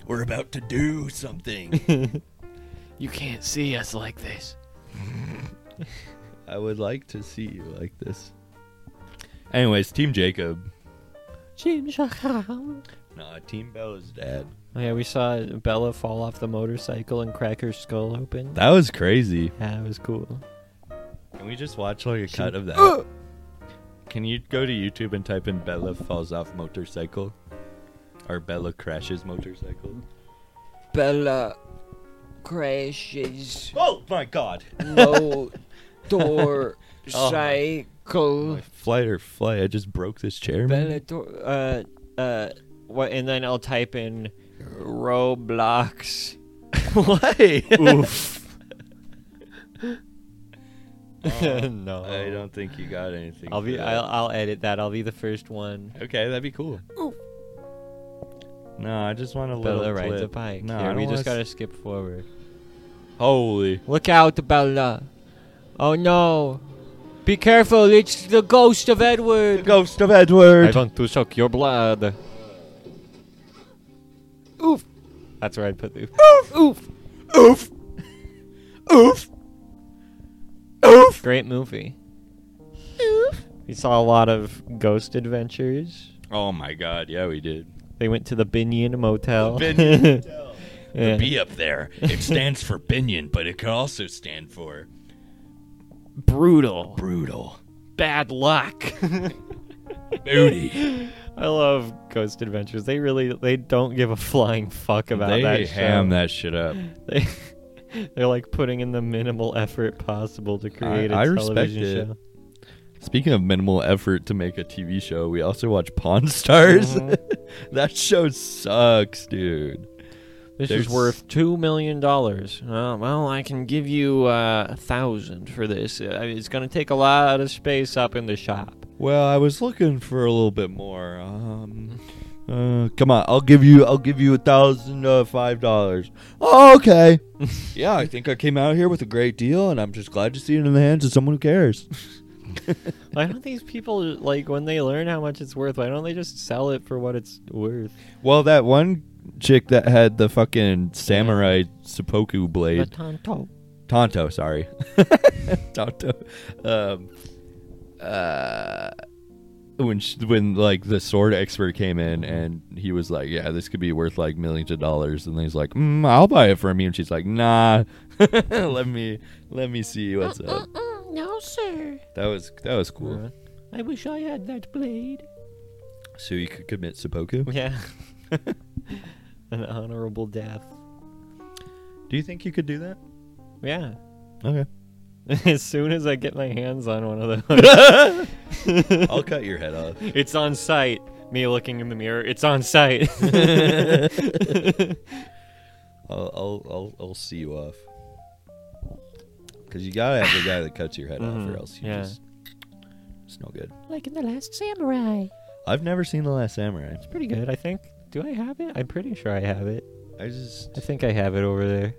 B: we're about to do something.
F: You can't see us like this.
B: *laughs* I would like to see you like this. Anyways, Team Jacob.
C: oh
B: Nah, Team Bella's dad.
C: yeah, we saw Bella fall off the motorcycle and crack her skull open.
B: That was crazy.
C: Yeah, it was cool.
B: Can we just watch like a cut of
E: *gasps*
B: that? Can you go to YouTube and type in Bella falls off motorcycle? Or Bella crashes motorcycle?
E: Bella crashes
B: Oh my
E: *laughs*
B: god!
C: *laughs*
E: low
C: Oh.
E: door cycle.
B: My flight or flight, I just broke this chair. man.
E: Bella door.
C: Uh, uh, what? And then I'll type in Roblox. *laughs*
B: Why?
C: Oof. *laughs* no,
B: I don't think you got anything.
C: I'll
B: for
C: be.
B: that.
C: I'll, I'll edit that. I'll be the first one.
B: Okay, that'd be cool. No, I just want a little
C: Bella rides a
B: clip.
C: bike.
B: No,
C: Here,
B: I
C: we
B: don't
C: just
B: wanna
C: gotta
B: s-
C: skip forward.
B: Holy!
C: Look out, Bella. Oh no. Be careful, it's the ghost of Edward.
B: Ghost of Edward.
C: want to suck your blood. Oof. That's where I'd put the.
E: Oof.
B: Oof. Oof. Oof.
C: Great movie. We saw a lot of ghost adventures.
B: Oh my God! Yeah, we did.
C: They went to the Binion Motel. *laughs*
B: Binion
C: Yeah.
B: B up there. It stands for Binion, but it could also stand for
F: Brutal.
B: brutal
F: Bad luck.
B: booty.
C: *laughs* I love ghost adventures. They really they don't give a flying fuck about
B: they
C: that.
B: ham
C: show.
B: that shit up.
C: They, *laughs* they're like putting in the minimal effort possible to create a
B: I respect
C: television
B: it.
C: show.
B: Speaking of minimal effort to make a TV show, we also watch Pawn Stars.
C: Mm-hmm.
B: *laughs* that show sucks, dude.
C: This
B: There's-
C: is worth two million dollars. Uh, well, I can give you uh, a thousand for this. Uh, I mean, it's going to take a lot of space up in the shop.
B: Well, I was looking for a little bit more. Um, uh, come on, I'll give you, I'll give you a thousand uh, five dollars. Oh, okay. *laughs* yeah, I think I came out here with a great deal, and I'm just glad to see it in the hands of someone who cares.
C: Why don't these people like when they learn how much it's worth? Why don't they just sell it for what it's worth?
B: well, that one chick that had the fucking samurai seppuku blade,
C: Batanto.
B: Tonto, sorry, *laughs* Tonto. Um, uh, when sh when like the sword expert came in and he was like, "Yeah, this could be worth like millions of dollars," and then he's like, mm, "I'll buy it from you," and she's like, "Nah, *laughs* let me let me see what's up."
F: no, sir.
B: That was that was cool.
F: I wish I had that blade.
B: So you could commit seppuku.
C: Yeah. *laughs* An honorable death.
B: Do you think you could do that?
C: Yeah. *laughs*
B: Okay.
C: as soon as I get my hands on one of *laughs* those,
B: I'll cut your head off.
C: it's on site. Me looking in the mirror, it's on *laughs* site.
B: I'll, I'll, I'll, I'll see you off. Because you gotta have the guy that cuts your head off,
C: Mhm,
B: or else you
C: yeah.
B: just. It's no good.
F: Like in The Last Samurai.
B: I've never seen The Last Samurai.
C: Pretty good, I think. Do I have it? I'm pretty sure I have it.
B: I just.
C: I think I have it over there.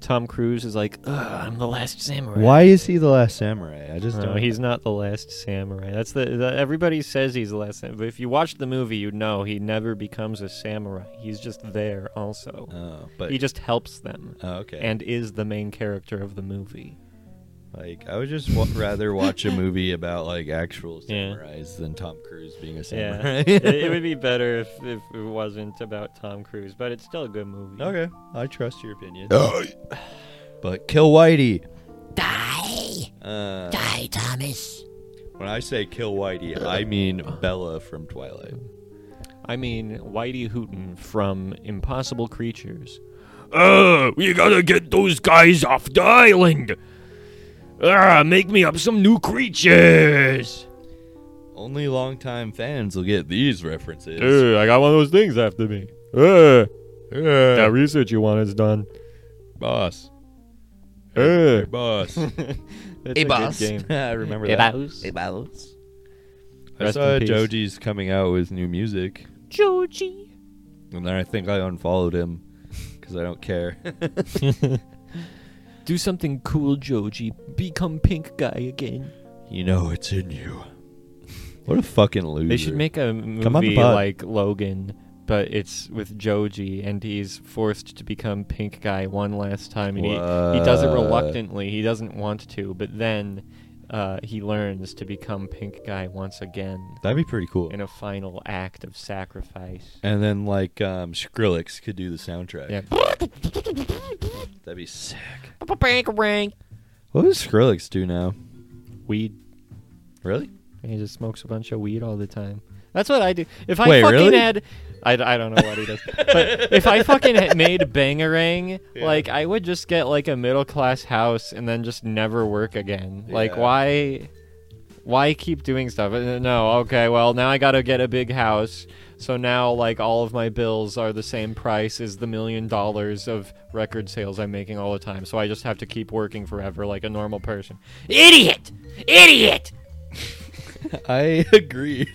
C: Tom Cruise is like, Ugh, I'm the last samurai.
B: Why is he The Last Samurai? I just
C: No,
B: don't.
C: Uh, he's not the last samurai. That's the, the everybody says he's the last. Samurai, but if you watch the movie, you know he never becomes a samurai. He's just there also.
B: Oh, but.
C: he just helps them
B: Oh, okay.
C: and is the main character of the movie.
B: Like I would just wa- rather watch a movie about like actual
C: *laughs* Yeah.
B: samurais than Tom Cruise being a
C: Yeah, *laughs*
B: samurai.
C: it, it
B: *laughs*
C: would be better if, if it wasn't about Tom Cruise, but it's still a good movie.
B: okay, I trust your opinion. but kill Whitey. Die. Uh, Die, Thomas. When I say kill Whitey, I mean Bella from Twilight.
C: I mean Whitey Hooten from Impossible Creatures.
G: Uh, we gotta get those guys off the island. Ah, make me up some new creatures.
B: Only longtime fans will get these references.
C: I got one of those things after me. Uh, that research you want is done.
B: Boss.
C: Uh.
B: Boss.
C: It's a boss. good game.
B: *laughs* I remember that. I
C: Rest
B: saw
C: in peace.
B: Joji's coming out with new music.
F: Joji.
B: And then I think I unfollowed him because I don't care. *laughs*
F: Do something cool, Joji. Become pink guy again.
B: you know it's in you. What a fucking loser.
C: They should make a
B: Come on the
C: movie
B: pod.
C: like Logan, but it's with Joji, and he's forced to become pink guy one last time, and he, he does it
B: What?
C: reluctantly. He doesn't want to, but then uh, he learns to become pink guy once again
B: That'd be pretty cool.
C: in a final act of sacrifice.
B: And then like um, Skrillex could do the soundtrack. *laughs*
C: Yeah.
B: That'd be sick.
F: Prank rank.
B: What does Skrillex do now?
C: Weed.
B: Really?
C: He just smokes a bunch of weed all the time. That's what I do. If I
B: Wait,
C: fucking
B: really?
C: had, I, I don't know what he does, but if I fucking had made
B: *laughs*
C: bangarang, like I would just get like a middle class house and then just never work again. Like
B: Yeah.
C: why, why keep doing stuff? Uh, No, okay, well now I gotta get a big house. So now like all of my bills are the same price as the million dollars of record sales I'm making all the time. So I just have to keep working forever like a normal person.
F: Idiot! Idiot!
B: I *laughs* agree.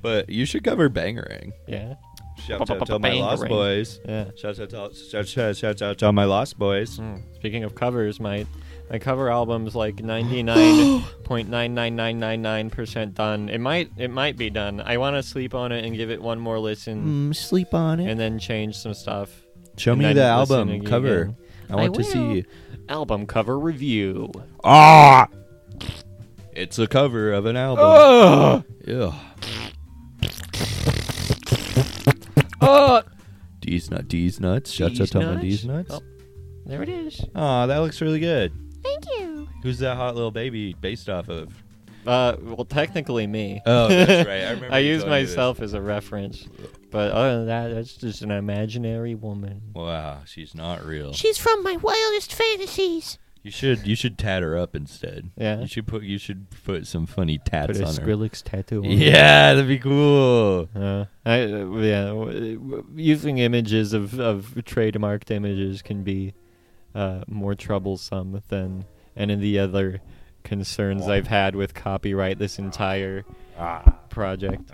B: but you should cover Bangarang.
C: Yeah.
B: Shout out to all my Lost
F: Bangarang.
B: Boys.
C: Yeah.
B: Shout out to all- shout- shout shout out to all my Lost Boys.
C: Mm. Speaking of covers, my my cover album's like ninety nine point nine nine nine nine nine percent done. It might it might be done. I want to sleep on it and give it one more listen,
B: Mm, sleep on it.
C: and then change some stuff.
B: Show
C: and
B: me
C: then
B: the
C: listen
B: album
C: again.
B: cover. I want to
F: will.
B: see you.
C: Album cover review.
G: Ah,
B: It's a cover of an album. Ugh. D's nut, D's nuts. Shut
C: D's
B: up, on
C: nuts? Oh,
B: D's nuts.
C: There it is.
B: Oh. Aw, that looks really good.
F: Thank you.
B: Who's that hot little baby based off of?
C: Uh, well, technically me. *laughs*
B: Oh, *laughs* that's right. I remember.
C: I
B: you
C: use
B: telling me this.
C: myself as a reference, but other than that, that's just an imaginary woman.
B: Wow, she's not real.
F: She's from my wildest fantasies.
B: You should you should tat her up instead.
C: Yeah.
B: You should put you should put some funny
C: Put
B: tats
C: a
B: on her.
C: Skrillex tattoo. on her.
B: Yeah, that'd be cool.
C: Uh, I, uh, yeah, w- w- using images of, of trademarked images can be uh, more troublesome than any of the other concerns I've had with copyright this entire
B: Ah.
C: project.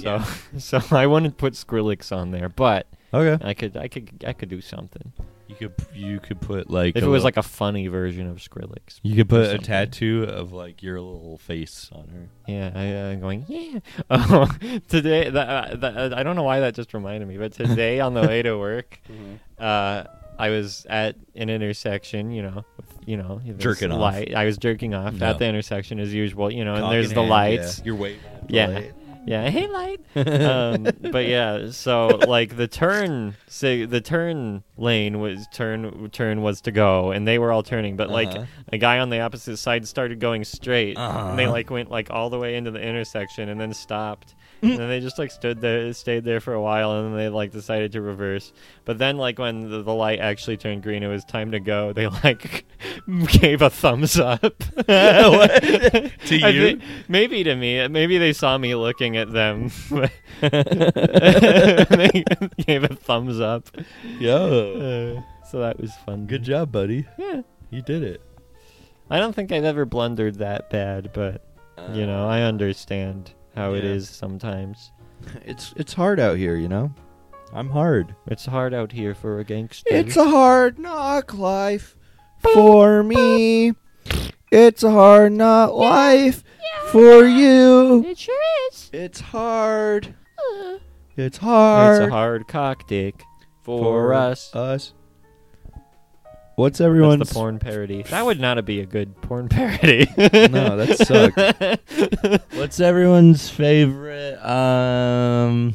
C: So, *laughs* so I wouldn't put Skrillex on there, but
B: Okay.
C: I could, I could, I could do something.
B: You could you could put like
C: If
B: a
C: it was
B: little-
C: like a funny version of Skrillex,
B: you could
C: or
B: put a
C: something.
B: tattoo of like your little face on her.
C: Yeah, I, uh, I'm going. Yeah. *laughs* Oh, today, that, uh, that, I don't know why that just reminded me, but today on the way to
B: *laughs*
C: work,
B: Mm-hmm.
C: uh, I was at an intersection. You know, with, you know, there's
B: Jerking off.
C: light. I was jerking off
B: No.
C: at the intersection as usual. You know, and
B: Cock
C: there's
B: in
C: the
B: hand,
C: lights.
B: Yeah. You're waving. at the
C: Yeah.
B: light.
C: Yeah,
E: *laughs*
C: hey light. um, but yeah, so like the turn, say the turn lane was turn turn was to go, and they were all turning, but like
E: Uh-huh.
C: a guy on the opposite side started going straight, and they
E: Uh-huh.
C: like went like all the way into the intersection and then
E: *laughs*
C: stopped. and then they just like stood there, stayed there for a while, and then they like decided to reverse. But then, like when the, the light actually turned green, it was time to go. They like *laughs* gave a thumbs up. *laughs* to
B: *laughs*
C: *laughs*
B: To you?
C: maybe to me. Maybe they saw me looking at
B: *laughs*
C: them. *laughs* they gave a thumbs
B: *laughs*
C: up.
B: Yo.
C: Uh, so that was fun.
B: Good job, buddy.
C: Yeah.
B: You did it.
C: I don't think I've ever blundered that bad, but
B: Uh,
C: you know, I understand how it
B: Yeah.
C: is sometimes.
E: It's it's hard out here, you know.
B: I'm hard.
C: It's hard out here for a gangster.
E: It's a hard knock life for me. It's a hard knock life for you.
F: It sure is.
E: It's hard.
F: Uh,
E: It's hard.
C: It's a hard cock dick for us.
B: Us. What's
C: That's
B: everyone's
C: the porn parody. That would not be a good porn
B: *laughs*
C: parody.
E: *laughs*
B: No, that
C: *laughs*
B: sucked. What's everyone's favorite? Um,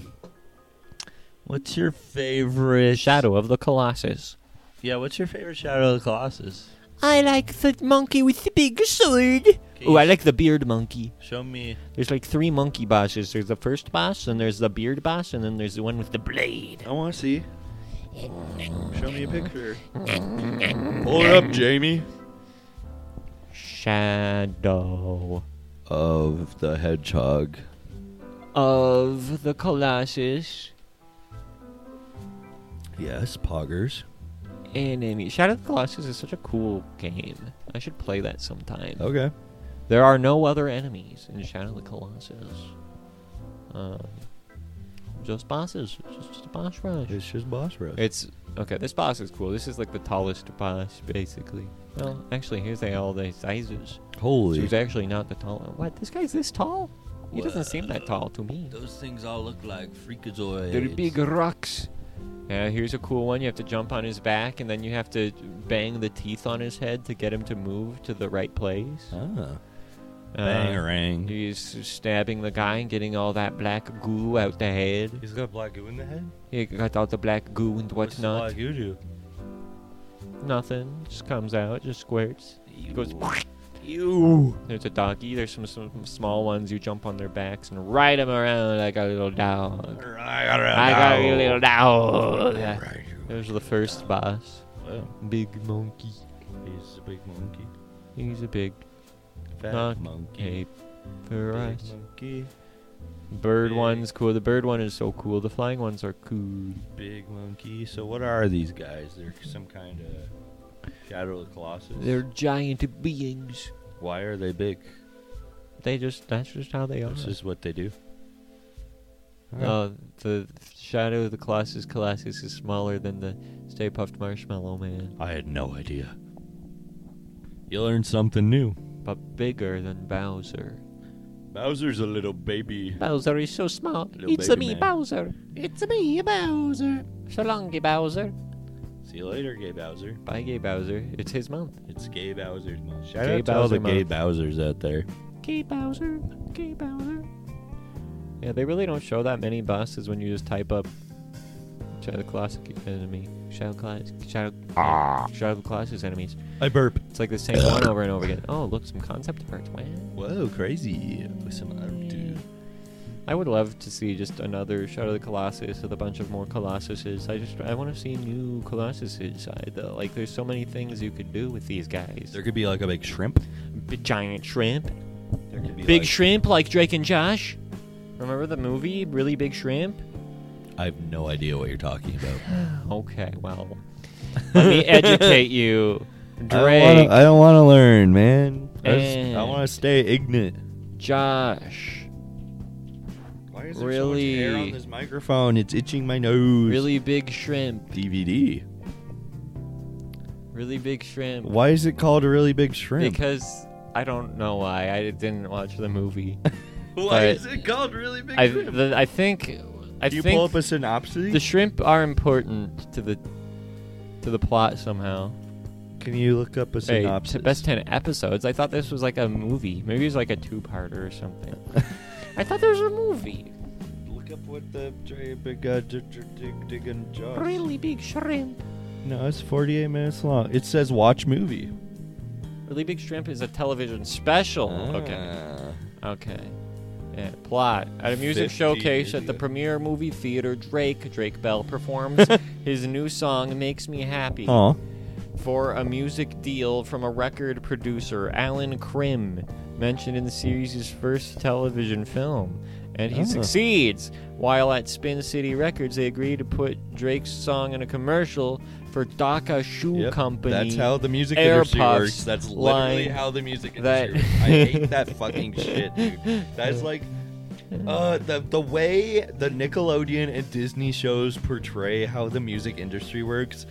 B: what's your favorite
C: Shadow of the Colossus.
B: Yeah, what's your favorite Shadow of the Colossus?
F: I like the monkey with the big sword.
B: Oh, I
C: like the beard monkey.
B: Show me.
C: There's like three monkey bosses. There's the first boss, and there's the beard boss, and then there's the one with the blade.
D: I want to see.
B: Show me a picture. Pull it up, Jamie.
C: Shadow
E: Of the hedgehog.
F: Of the Colossus
E: Yes, poggers.
C: enemy. Shadow of the Colossus is such a cool game. I should play that sometime.
E: Okay.
C: There are no other enemies in Shadow of the Colossus. Um, just bosses. It's just, just a boss rush.
E: It's just boss rush.
C: It's okay. This boss is cool. This is like the tallest boss, basically. Well, actually, here's they all the sizes.
E: Holy.
C: She's actually not the tall one. What? This guy's this tall? He doesn't seem that tall to me.
B: Those things all look like freakazoids.
E: They're big rocks.
C: Yeah, here's a cool one. You have to jump on his back, and then you have to bang the teeth on his head to get him to move to the right place.
E: Ah.
C: Uh,
B: Bangarang.
C: he's stabbing the guy and getting all that black goo out the head.
B: He's got black goo in the head.
C: He got all the black goo and whatnot.
B: goo do?
C: Nothing. Just comes out. Just squirts. Goes. *laughs*
E: You.
C: There's a doggy. There's some, some small ones. You jump on their backs and ride them around like a little dog. I got a little dog. There's the first boss.
B: Wow.
C: Big monkey.
B: He's a big monkey.
C: He's a big
B: Fat
C: Knock
B: monkey.
C: ape for
B: Big
C: us.
B: monkey.
C: Bird
B: Big.
C: one's cool. The bird one is so cool. The flying ones are cool.
B: Big monkey. So what are these guys? They're some kind of Shadow of the Colossus.
F: They're giant beings.
B: Why are they big?
C: They just that's just how they are.
B: This is what they do.
C: Uh, the shadow of the Colossus Colossus is smaller than the Stay Puffed Marshmallow Man,
B: I had no idea. You learned something new.
C: but bigger than Bowser.
B: Bowser's a little baby.
F: Bowser is so small.
B: Little
F: It's a
B: baby
F: me,
B: man.
F: Bowser.
B: It's me, Bowser.
F: So long, Bowser.
B: See you later, Gay Bowser.
C: Bye, Gay Bowser. It's his month.
B: It's Gay Bowser's month. Shout
C: Gay
B: out to all the
C: Bowser
B: Gay
C: month.
B: Bowsers out there.
F: Okay, Bowser. Okay, Bowser.
C: Yeah, they really don't show that many bosses when you just type up Shadow of the Colossus enemy, Shadow Colossus, Shadow,
B: Ah.
C: Shadow of the Colossus enemies.
B: I burp.
C: It's like the same one over and over again. Oh, look, some concept art. Wow.
B: Whoa, crazy. With some other dude.
C: I would love to see just another Shadow of the Colossus with a bunch of more Colossuses. I just I want to see new Colossuses. I, the, like there's so many things you could do with these guys.
B: There could be like a big shrimp.
C: B- giant shrimp,
B: There could be
C: big
B: like-
C: shrimp like Drake and Josh. Remember the movie Really Big
B: *sighs*
C: Shrimp?
B: I have no idea what you're talking about.
C: Okay, well, let
B: *laughs*
C: me educate you, Drake,
B: I don't want to learn, man.
C: I just- I And-
B: want
C: wanna
B: to stay ignorant.
C: Josh.
B: Why
C: is there so much hair on Really- this
B: microphone? It's itching my nose.
C: Really big shrimp.
B: DVD.
C: Really big shrimp.
B: Why is it called a really big shrimp?
C: Because I don't know why I didn't watch the movie.
B: *laughs* Why
C: but-
B: is it called really big
C: I
B: shrimp?
C: the, I think I
B: Do you
C: think
B: pull up a synopsis?
C: the shrimp are important to the to the plot somehow.
B: Can you look up a
C: Hey,
B: synopsis?
C: t- best ten episodes. I thought this was like a movie. Maybe it's like a two-parter or
B: *laughs*
C: something. I thought there was a movie.
B: Look up what the dra- big uh, dig dig dig and jaws.
F: Really big shrimp.
B: No, it's 48 minutes long. It says watch movie.
C: Really Big Shrimp is a television
E: Ah.
C: special.
B: Ah.
C: Okay. Okay. Yeah, plot. At a music
B: 50
C: showcase at the
B: idiot.
C: Premier Movie Theater, Drake, Drake Bell,
B: *laughs*
C: performs his new song, Makes Me Happy,
B: Aw.
C: for a music deal from a record producer, Alan Krim, mentioned in the series' first television film. And he
B: Ah.
C: succeeds. While at Spin City Records, they agree to put Drake's song in a commercial for Dhaka Shoe
B: Yep,
C: Company.
E: That's how the music
C: Air
E: industry
C: Puffs
E: works. That's literally
C: line
E: how the music
C: that-
E: industry works. I hate that fucking shit, dude.
C: *laughs*
E: That's like uh the the way the Nickelodeon and Disney shows portray how the music industry works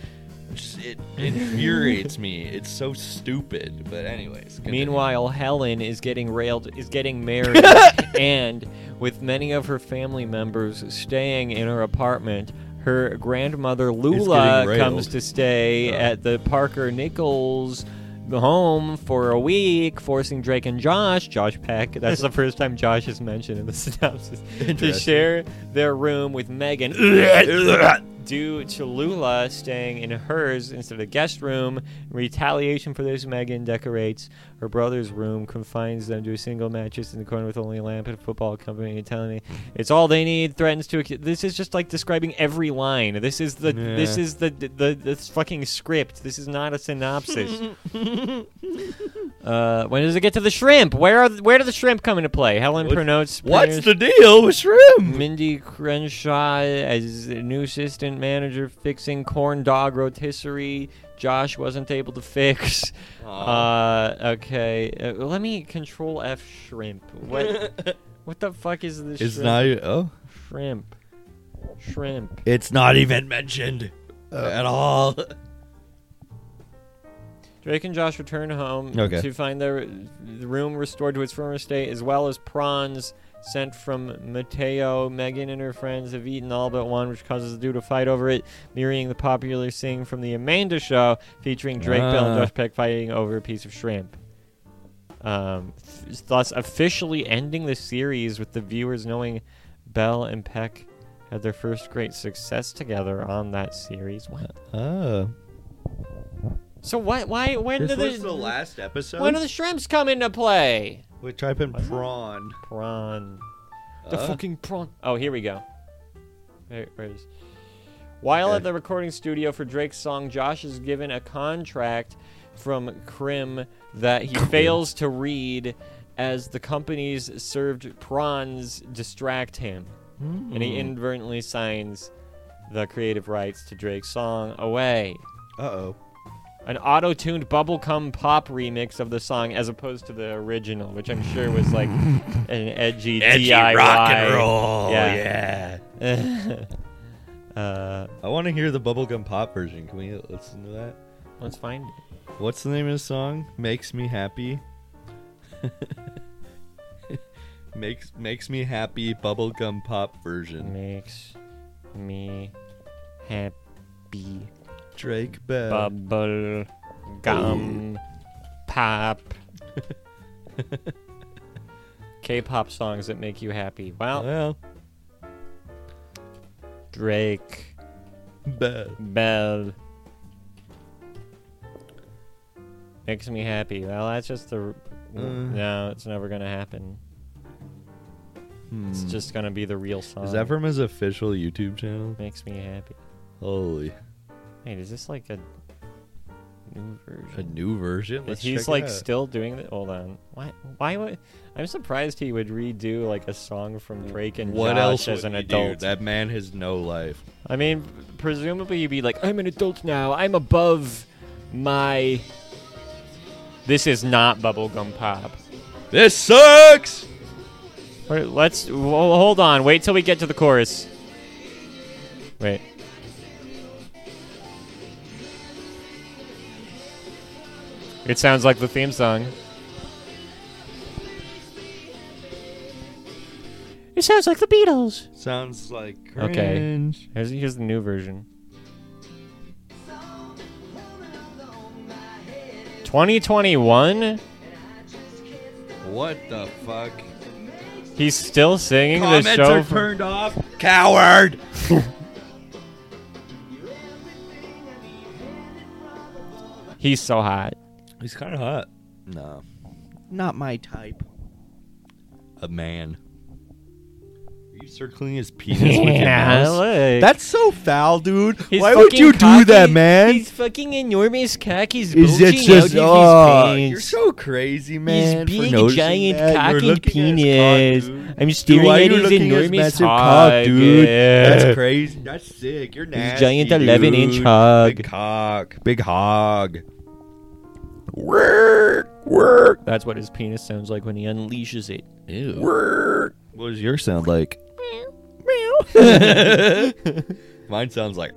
E: just- it infuriates me. It's so stupid. But anyways. continue.
C: Meanwhile, Helen is getting railed, is getting
B: *laughs*
C: married, and with many of her family members staying in her apartment, her grandmother Lula
B: railed.
C: comes to stay
B: Oh.
C: at the Parker Nichols home for a week, forcing Drake and Josh, Josh Peck, that's the first time Josh is mentioned in the synopsis, to
B: Interesting.
C: share their room with Megan due to Lula staying in hers instead of the guest room. In retaliation for this, Megan decorates her brother's room, confines them to a single mattress in the corner with only a lamp and a football accompanying a telling it's all they need. Threatens to. This is just like describing every line. This is the. This
B: Yeah.
C: is the, the this fucking script. This is not a
B: *laughs*
C: synopsis. uh, when does it get to the shrimp? Where are th- where do the shrimp come into play? Helen
B: What-
C: pronotes.
B: What's
C: pronounce-
B: the deal with shrimp?
C: Mindy Crenshaw as the new assistant manager fixing corn dog rotisserie. Josh wasn't able to fix. Uh, okay, uh, let me control F shrimp.
B: *laughs*
C: What? what the fuck is this?
B: It's
C: shrimp?
B: not oh.
C: shrimp. Shrimp.
E: It's not even mentioned
B: Uh,
E: at all.
C: Drake and Josh return home
B: Okay.
C: to find their the room restored to its former state, as well as prawns sent from Mateo. Megan and her friends have eaten all but one, which causes the duo to fight over it, mirroring the popular scene from the Amanda Show, featuring Drake Bell and
B: Ah.
C: Josh Peck fighting over a piece of shrimp. Um, f- thus, officially ending the series with the viewers knowing Bell and Peck had their first great success together on that series. What?
B: Oh.
C: So what? Why? When
E: This
C: did
E: was the last episode.
C: when do the shrimps come into play?
E: we type in prawn.
C: Prawn.
E: The Uh?
C: fucking prawn. Oh, here we go. There, where it is. While at
E: Okay.
C: the recording studio for Drake's song, Josh is given a contract from Krim that he fails to read as the company's served prawns distract him. And he inadvertently signs the creative rights to Drake's song away.
E: Uh oh.
C: an auto-tuned bubblegum pop remix of the song as opposed to the original, which I'm sure was
E: *laughs*
C: like an edgy, DIY.
E: roll.
C: Yeah.
E: yeah.
C: *laughs* uh,
B: I want to hear the bubblegum pop version. Can we listen to that?
C: let's find it.
B: What's the name of the song? Makes me happy. *laughs* makes makes me happy bubblegum pop version.
C: Makes me happy.
B: Drake Bell.
E: Uh,
C: Bubble gum
E: *laughs*
C: pop. K-pop songs that make you happy.
E: Uh-huh.
C: Well,
B: Well,
C: Drake
B: Bell.
C: Bell. Makes me happy. Well, that's just the.
B: Uh.
C: no, it's never gonna happen. It's
B: Hmm.
C: just gonna be the real song.
B: Is that from his official YouTube channel?
C: Makes me happy.
B: Holy,
C: Wait, is this like a new
B: a
C: version?
B: new version.
C: Is
B: Let's check
C: he's
B: it
C: like
B: out.
C: still doing that. Hold on. Why? Why would? I'm surprised he would redo like a song from Drake and
B: What
C: Josh
B: else
C: as
B: would
C: an
B: he do?
C: adult.
B: That man has no life.
C: I mean, presumably you'd be like, I'm an adult now. I'm above my. This is not bubblegum pop.
B: This sucks.
C: Wait, Let's well, hold on. Wait till we get to the chorus. Wait. It sounds like the theme song. It sounds like the Beatles.
B: Sounds like
C: Okay.
B: cringe.
C: Here's, here's the new version. 2021.
E: What the fuck?
C: He's still singing the
E: Comments
C: show.
E: are
C: from-
E: turned off. Coward.
C: He's so
E: *laughs*
C: hot.
B: He's kind of hot.
E: No,
F: Not my type.
B: A man. Are you circling his penis with your
C: Yeah,
B: mouse?
C: look.
E: that's so foul, dude.
C: He's
E: Why would
C: fucking
E: you do that,
C: cocky.
E: man?
C: He's fucking enormous cock. He's
E: Is
C: bulging
E: it just
C: out
E: oh,
C: of his
E: you're
C: pants.
E: so crazy, man? for
C: being a
E: noticing
C: giant
E: that.
C: cock
E: You're
C: and
E: looking
C: penis.
E: at his cock, dude.
C: I'm
E: Dude,
C: staring
E: why are
C: at
E: you
C: his
E: looking at his
C: enormous
E: massive
C: cock,
E: cock, dude?
C: Yeah.
E: That's crazy. That's sick. You're nasty.
C: His giant 11 inch
E: dude.
C: hog.
E: Big cock. Big hog.
C: That's what his penis sounds like when he unleashes it.
E: Ew. What does your
C: *laughs*
E: sound like? Mine sounds like.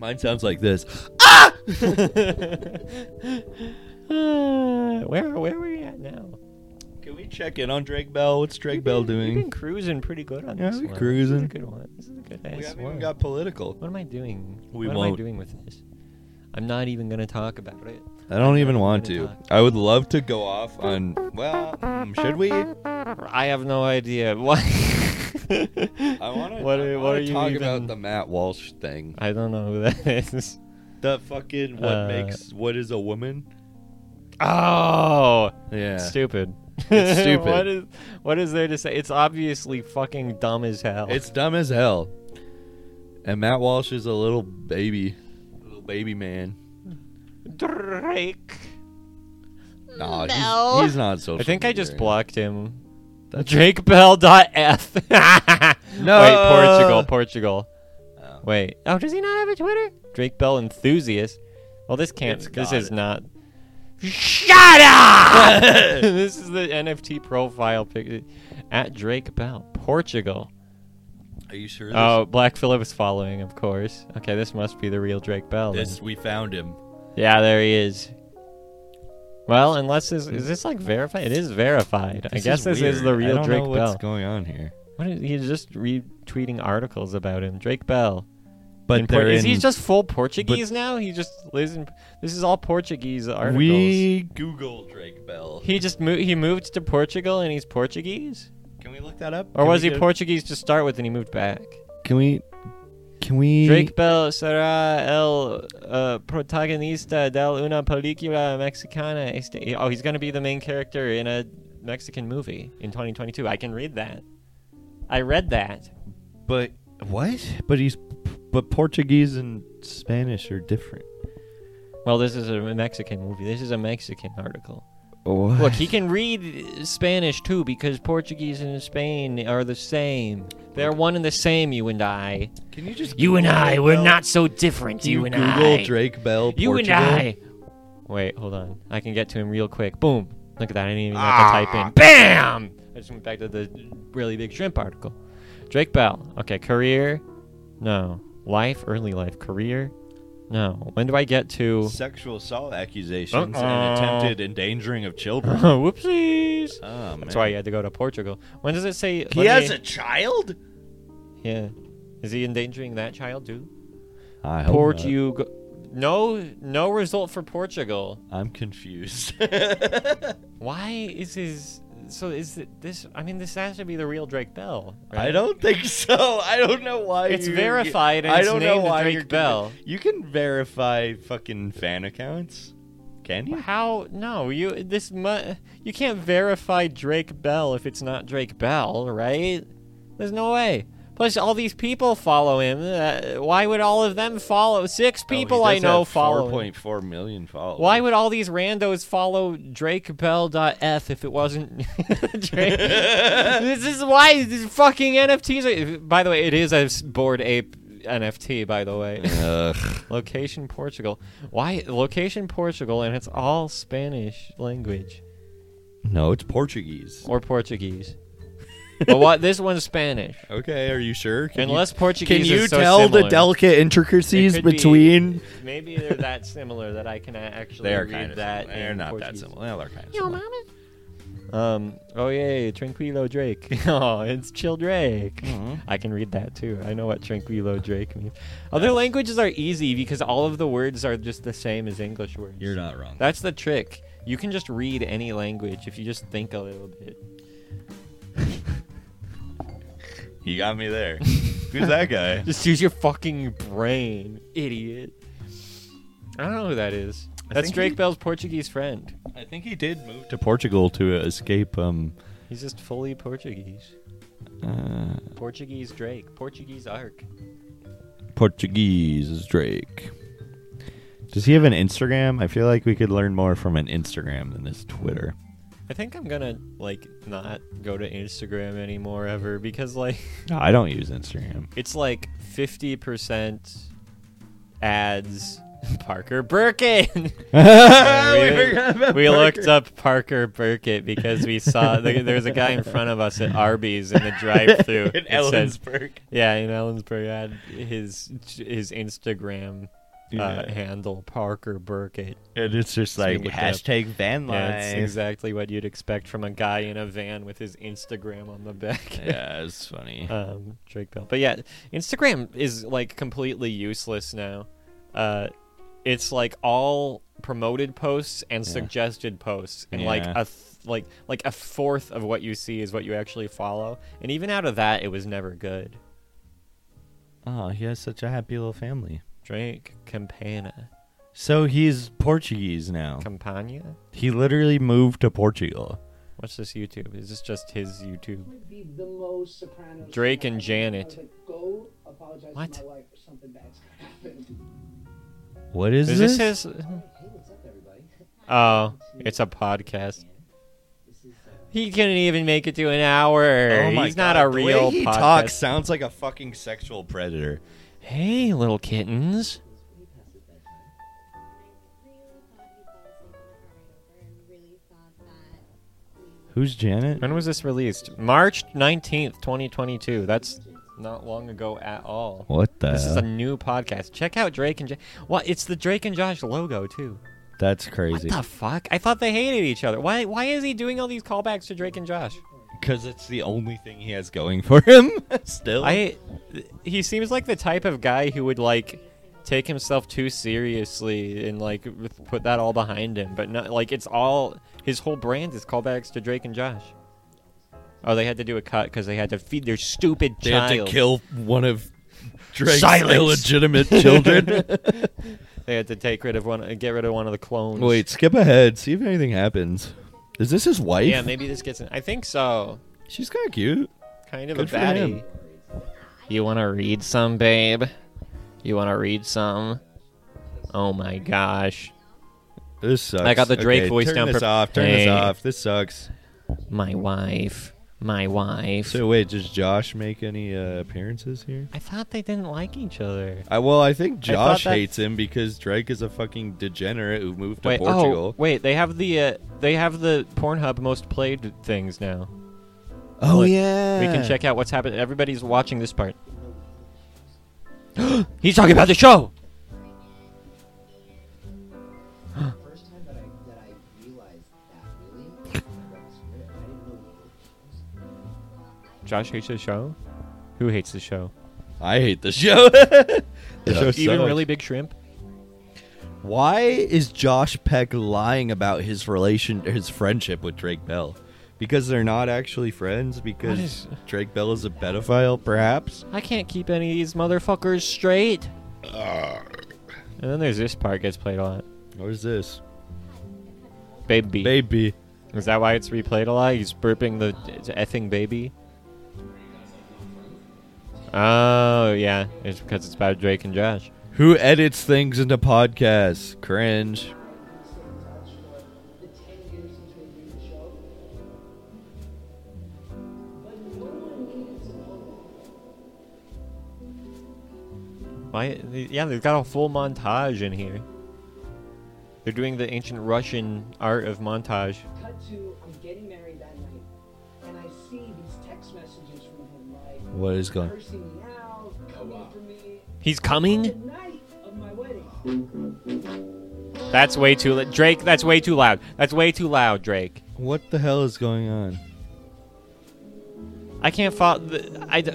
E: Mine sounds like this.
C: *laughs* Uh, where where are we at now?
E: Can we check in on Drake Bell? What's Drake
C: We've
E: Bell
C: been- We've been
E: doing?
C: cruising pretty good on
E: Yeah,
C: this
E: we
C: one. This is
E: cruising.
C: a good one. This is a good
E: We
C: ass
E: haven't even
C: one.
E: got political.
C: What am I doing?
E: We
C: what am I
E: won't.
C: doing with this? I'm not even gonna talk about it.
E: I don't even want
C: gonna
E: to.
C: talk.
E: I would love to go off on. Well, mm, should we? I
C: I have no idea. *laughs* What? I
E: want to.
C: What
E: I
C: are, what
E: wanna
C: are you
E: talk
C: even-
E: about the Matt Walsh thing?
C: I don't know who that is.
E: The fucking what
C: Uh,
E: makes what is a woman?
C: Oh,
E: Yeah.
C: stupid. *laughs*
E: It's stupid.
C: what is what is there to say? It's obviously fucking dumb as hell.
E: It's dumb as hell. And Matt Walsh is a little baby, little baby man.
C: *laughs* Drake.
E: Nah,
F: No.
E: he's, he's not social.
C: I think I
E: media
C: just
E: right
C: blocked him.
E: That's-
C: DrakeBell.f. no. *laughs* Wait, Portugal, Portugal.
E: now. Oh.
C: Wait. Oh, does he not have a Twitter? Drake Bell enthusiast. Well, this can't.
E: It's
C: This
E: got
C: is
E: it.
C: not. Shut up! *laughs* this is the NFT profile pic at Drake Bell, Portugal.
E: Are you sure? This,
C: Oh, Black Phillip is following, of course. Okay, this must be the real Drake Bell. then.
E: this we found him.
C: Yeah, there he is. Well, unless this is this like verified? It is verified. I
E: This
C: guess this is the
E: weird. I
C: real
E: don't
C: Drake
E: know
C: Bell.
E: What's going on here?
C: What is, he's just retweeting articles about him, Drake Bell.
E: But
C: In Por-
E: they're
C: is
E: in,
C: he just full Portuguese now? He just lives in. This is all Portuguese articles.
E: We Google Drake Bell.
C: He just mo- he moved to Portugal and he's Portuguese,
E: Can we look that up?
C: or
E: Can
C: was
E: we
C: he
E: get-
C: Portuguese to start with and he moved back?
E: Can we? Can we?
C: Drake Bell será el uh, protagonista de una película mexicana. Este- oh, he's going to be the main character in a Mexican movie in 2022. I can read that. I read that.
E: But what? But he's. But Portuguese and Spanish are different.
C: Well, this is a Mexican movie. This is a Mexican article.
E: What?
C: Look, he can read uh, Spanish too because Portuguese and Spain are the same. They're one and the same, you and I.
E: Can you just?
F: You and
E: Google
F: I,
E: Drake
F: we're
E: Bell?
F: not so different,
E: Can
F: you,
E: you
F: and
E: Google
F: I.
E: Drake Bell.
F: you and
E: Portugal?
F: I.
C: Wait, hold on. I can get to him real quick. Boom. Look at that. I didn't even have to type
F: Ah.
C: in.
F: Bam!
C: I just went back to the really big shrimp article. Drake Bell. Okay, career. No. Life, early life. Career. No. When do I get to. *laughs*
E: Sexual assault accusations
C: Uh-oh.
E: and attempted endangering of children.
C: Whoopsies.
E: Oh,
C: That's
E: man.
C: why you had to go to Portugal. When does it say.
E: He
C: let
E: has
C: me-
E: a child.
C: Yeah. Is he endangering that child too?
E: I
C: Portugal. No, no result for Portugal.
E: I'm confused. *laughs*
C: Why is his. So is it this? I mean, this has to be the real Drake Bell.
E: I
C: right?
E: don't think so. I don't know why.
C: It's
E: you-
C: verified and
E: I
C: it's
E: don't
C: named
E: know why
C: Drake
E: you're giving-
C: Bell.
E: You can verify fucking fan accounts, can you?
C: How? No, you this mu- you can't verify Drake Bell if it's not Drake Bell, right? There's no way. Plus, all these people follow him. Uh, why would all of them follow?
E: Oh,
C: Six people I know follow.
E: Four
C: him.
E: point four million followers.
C: Why would all these randos follow drakebell.f if it wasn't *laughs*
E: *laughs*
C: Drake? this is why these fucking NFTs are. By the way, it is a s- bored ape NFT, by the way. location Portugal. Why? Location Portugal, and it's all Spanish language
E: No, it's Portuguese.
C: or
E: *laughs*
C: Portuguese. but what? This one's Spanish.
E: Okay, are you sure? Can you-
C: Unless Portuguese
E: can you
C: is so
E: tell
C: similar.
E: the *laughs* delicate intricacies
C: It could be-
E: between? *laughs*
C: Maybe they're that similar that I can a- actually
E: They are
C: read
E: kind of.
C: that.
E: They're
C: in
E: not that
C: Portuguese.
E: similar. Well, they're kind of similar.
C: Um. Oh yeah, tranquilo Drake. *laughs* oh, it's chill Drake.
E: Mm-hmm.
C: I can read that too. I know what tranquilo Drake means. Other languages are easy because all of the words are just the same as English words.
E: You're not wrong.
C: That's the trick. You can just read any language if you just think a little bit.
E: *laughs* You got me there. Who's that guy?
C: Just use your fucking brain, idiot. I don't know who that is. That's
E: think
C: Drake
E: he-
C: Bell's Portuguese friend.
E: I think he did move to Portugal to escape. Um, uh,
C: He's just fully Portuguese. Portuguese Drake. Portuguese Ark.
B: Portuguese Drake. Does he have an Instagram? I feel like we could learn more from an Instagram than this Twitter.
C: I think I'm gonna like not go to Instagram anymore ever because like *laughs*
B: No, I don't use Instagram.
C: it's like fifty percent ads. *laughs* Parker Burkett. we, we looked up Parker Burkett because we saw the, there was a guy in front of us at Arby's in the
E: *laughs*
C: drive-through.
E: in
C: that said-
E: Ellensburg.
C: Yeah, in Ellensburg, I had his his Instagram uh, handle Parker Burkett.
E: And it's just
C: So we
E: like
C: looked it up.
E: hashtag van
C: Yeah, That's
E: life.
C: exactly what you'd expect from a guy in a van with his Instagram on the back.
E: *laughs*
B: Yeah, it's funny.
C: *laughs*
E: Uh,
C: um, Drake Bell, but yeah, Instagram is like completely useless now. Uh, it's like all promoted posts and suggested posts, and like
B: Yeah.
C: a th- like like a fourth of what you see is what you actually follow. And even out of that, it was never good.
B: Oh, he has such a happy little family.
C: Drake Campana.
B: So he's Portuguese now.
C: Campania?
B: He literally moved to Portugal.
C: What's this YouTube? Is this just his YouTube?
H: would be the most Sopranos.
C: Drake and
H: I was
C: Janet.
H: like, Go apologize
C: What?
H: to my wife or something bad's gonna happen.
B: What is,
C: Is
B: this?
C: this his?
H: Hey, what's up, everybody?
C: Oh, it's a podcast.
H: This is uh,
C: He couldn't even make it to an hour.
E: Oh my
C: He's
E: God,
C: not a
E: the
C: real
E: way he
C: podcast.
E: talks sounds like a fucking sexual predator.
C: Hey, little kittens.
H: way past his bedtime.
B: Who's Janet?
C: When was this released? March 19th, 2022. That's not long ago at all.
B: What the?
C: This is a
B: hell?
C: new podcast. Check out Drake and Josh. What? It's the Drake and Josh logo, too.
B: That's
C: What
B: crazy.
C: the fuck? I thought they hated each other. Why Why is he doing all these callbacks to Drake and Josh?
E: Because it's the only thing he has going for him. *laughs* Still,
C: I he seems like the type of guy who would like take himself too seriously and like put that all behind him. But not like it's all his whole brand is callbacks to Drake and Josh. Oh, they had to do a cut because they had to feed their stupid
E: they
C: child.
E: had to kill one of Drake's
B: Silence.
E: *laughs* illegitimate children.
C: They had to take rid of one, uh, get rid of one of the clones.
E: *laughs* Wait, skip ahead. See if anything happens. Is this his wife?
C: yeah, maybe this gets. In, I think so.
E: She's kind of cute.
C: Kind of
E: Good
C: a
E: for him.
C: baddie. You want to read some, babe? You want to read some? Oh my gosh.
E: This sucks.
C: I got the Drake
E: Okay,
C: voice
E: turn
C: down
E: Turn this
C: per-
E: off. Turn this
C: Hey.
E: off. This sucks.
C: My wife. My wife.
E: So wait, does Josh make any uh, appearances here?
C: I thought they didn't like each other.
E: I, well, I think
C: I thought
E: Josh
C: that-
E: hates him because Drake is a fucking degenerate who moved to
C: wait,
E: Portugal.
C: oh, wait, they have the uh, they have the Pornhub most played things now.
E: Oh,
C: Look,
E: yeah.
C: We can check out what's happening. Everybody's watching this part. *gasps* He's talking about the show.
H: The first time that I that I realized that really, Oh I read the script, I didn't know what it was.
C: Josh hates the show. Who hates the show?
E: I hate the *laughs* show. the show
C: Even
E: sucks.
C: really big shrimp.
E: Why is Josh Peck lying about his relation, his friendship with Drake Bell? Because they're not actually friends. Because
C: is-
E: Drake Bell is a pedophile, perhaps.
C: I can't keep any of these motherfuckers straight.
E: Uh.
C: And then there's this part gets played a lot.
E: What is this,
C: Baby.
E: baby?
C: Is that why it's replayed a lot? He's burping the it's effing baby. Oh yeah, it's because it's about Drake and Josh.
E: Who edits things into podcasts? Cringe.
H: The ten years since we did the show. But no one needed to know.
C: Why? Yeah, they've got a full montage in here. They're doing the ancient Russian art of montage.
H: Cut to I'm getting married that night, and I see these text messages from him like
E: What is going?
H: cursing me out, coming for me.
C: He's coming.
H: The night of my wedding.
C: That's way too li- Drake. That's way too loud. That's way too loud, Drake.
E: What the hell is going on?
C: I can't follow. I. d-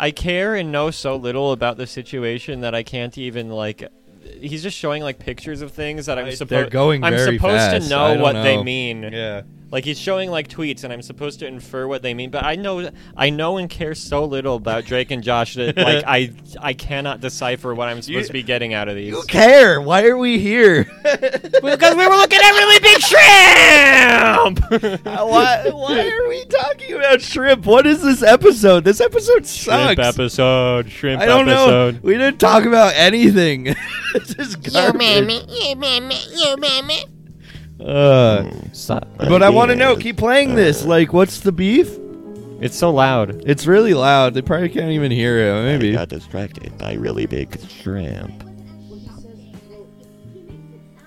C: I care and know so little about the situation that I can't even like. He's just showing like pictures of things that I'm
E: I-
C: supposed.
E: they're going
C: I'm
E: very
C: supposed
E: fast.
C: to know
E: I don't
C: what they
E: know.
C: mean.
E: Yeah.
C: Like he's showing like tweets, and I'm supposed to infer what they mean. But I know, I know, and care so little about Drake and Josh
E: *laughs*
C: that like I, I cannot decipher what I'm supposed to be getting out of these.
E: You care? Why are we
C: *laughs*
E: here?
C: Because we were looking at really big *laughs* shrimp.
E: *laughs* why, why are we talking about shrimp? What is this episode? This episode sucks.
C: shrimp episode. Shrimp
E: I don't
C: episode.
E: know. We didn't talk about anything. *laughs* this is garbage. Uh,
A: Suck
E: but I want to know.
A: dick.
E: Keep playing this. Like, what's the beef?
C: It's so loud.
E: It's really loud. They probably can't even hear it.
A: I
E: Maybe.
A: got distracted by really big shrimp.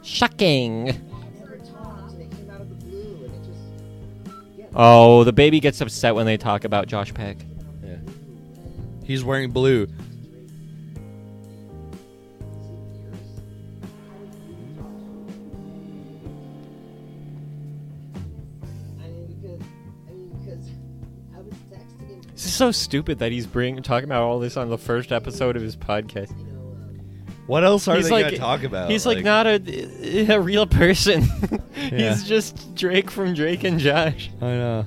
C: Shocking.
H: Never talked, and it came out of the blue, and it just
C: Oh, the baby gets upset when they talk about Josh Peck.
E: He's wearing blue.
H: I mean, because I mean, because I was texting him,
C: This is so stupid that he's bring talking about all this on the first episode of his podcast.
H: you know, um,
E: What else are
C: He's
E: they
C: like-
E: gonna talk about?
C: He's like, not a a real person. *laughs*
E: Yeah.
C: He's just Drake from Drake and Josh.
E: I know.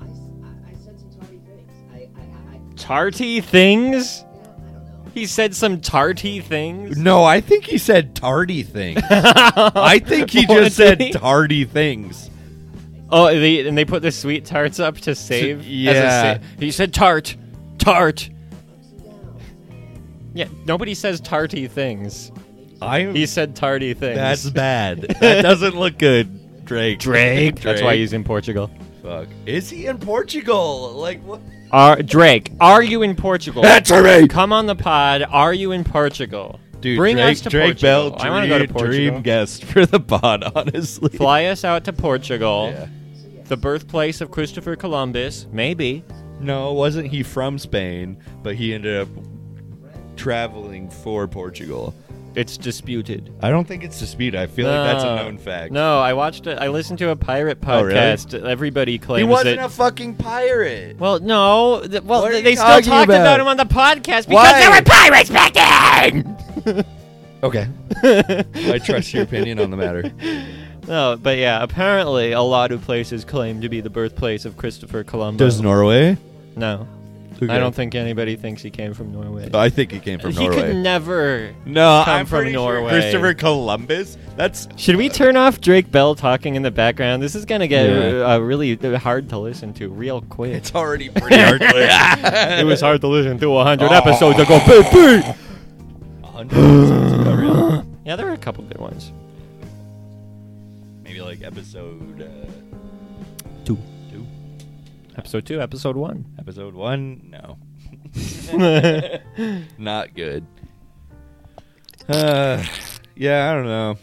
H: look, I, s- I- I said some tardy things. I, I, I, I,
C: Tarty things.
H: yeah, I don't know.
C: He said some tarty things.
E: No, I think he said
C: *laughs*
E: tardy things. I think he
C: What did
E: just said
C: he-
E: tardy things.
C: Oh, they, and they put the sweet tarts up to save. as a
E: yeah.
C: sa- he said tart, tart. Yeah, nobody says tarty things.
E: I am.
C: He said tarty things. *laughs*
E: That's bad. That doesn't look good, *laughs* Drake.
C: Drake. That's why he's in Portugal.
E: Fuck. Is he in Portugal? Like what?
C: Are Drake? Are you in Portugal?
E: Answer me!
C: Come on the pod. Are you in Portugal?
E: Dude,
C: Bring
E: Drake,
C: us to
E: Drake
C: Portugal.
E: Bell,
C: I want to go to
E: dream-
C: Portugal.
E: Dream guest for the
C: *laughs*
E: pod, honestly.
C: Fly us out to Portugal,
E: Yeah.
C: the birthplace of Christopher Columbus. Maybe.
E: No, wasn't he from Spain? But he ended up traveling for Portugal.
C: It's disputed.
E: I don't think it's disputed. I feel like that's
C: No.
E: a known fact.
C: No, I watched it. I listened to a pirate
E: Oh, really?
C: podcast. Everybody claims
E: he wasn't
C: that.
E: a fucking pirate.
C: well, no. th- well,
E: What are
C: th-
E: you
C: they still
E: talking
C: talked about?
E: about?
C: him on the podcast because
E: Why?
C: there were pirates back then.
E: Okay. I trust your opinion on the matter.
C: *laughs*
E: *laughs*
C: No, but yeah, apparently a lot of places claim to be the birthplace of Christopher Columbus.
E: Does Norway?
C: No, I don't think anybody thinks he came from Norway.
E: I think he came from
C: he
E: Norway.
C: could never.
E: no,
C: come
E: I'm
C: from
E: pretty sure
C: Norway.
E: Christopher Columbus. That's
C: Should we turn off Drake Bell talking in the background? This is gonna get
E: Yeah.
C: uh, really hard to listen to real quick.
E: it's already *laughs* pretty
C: *laughs*
E: hard. *laughs*
C: it was hard to listen to 100 episodes ago, baby. Yeah, there were a couple good ones.
E: Maybe like episode uh,
C: Two.
E: two,
C: Episode two, episode *laughs*
E: *laughs*
C: one.
E: episode one. No, not good. Uh, yeah, I don't know.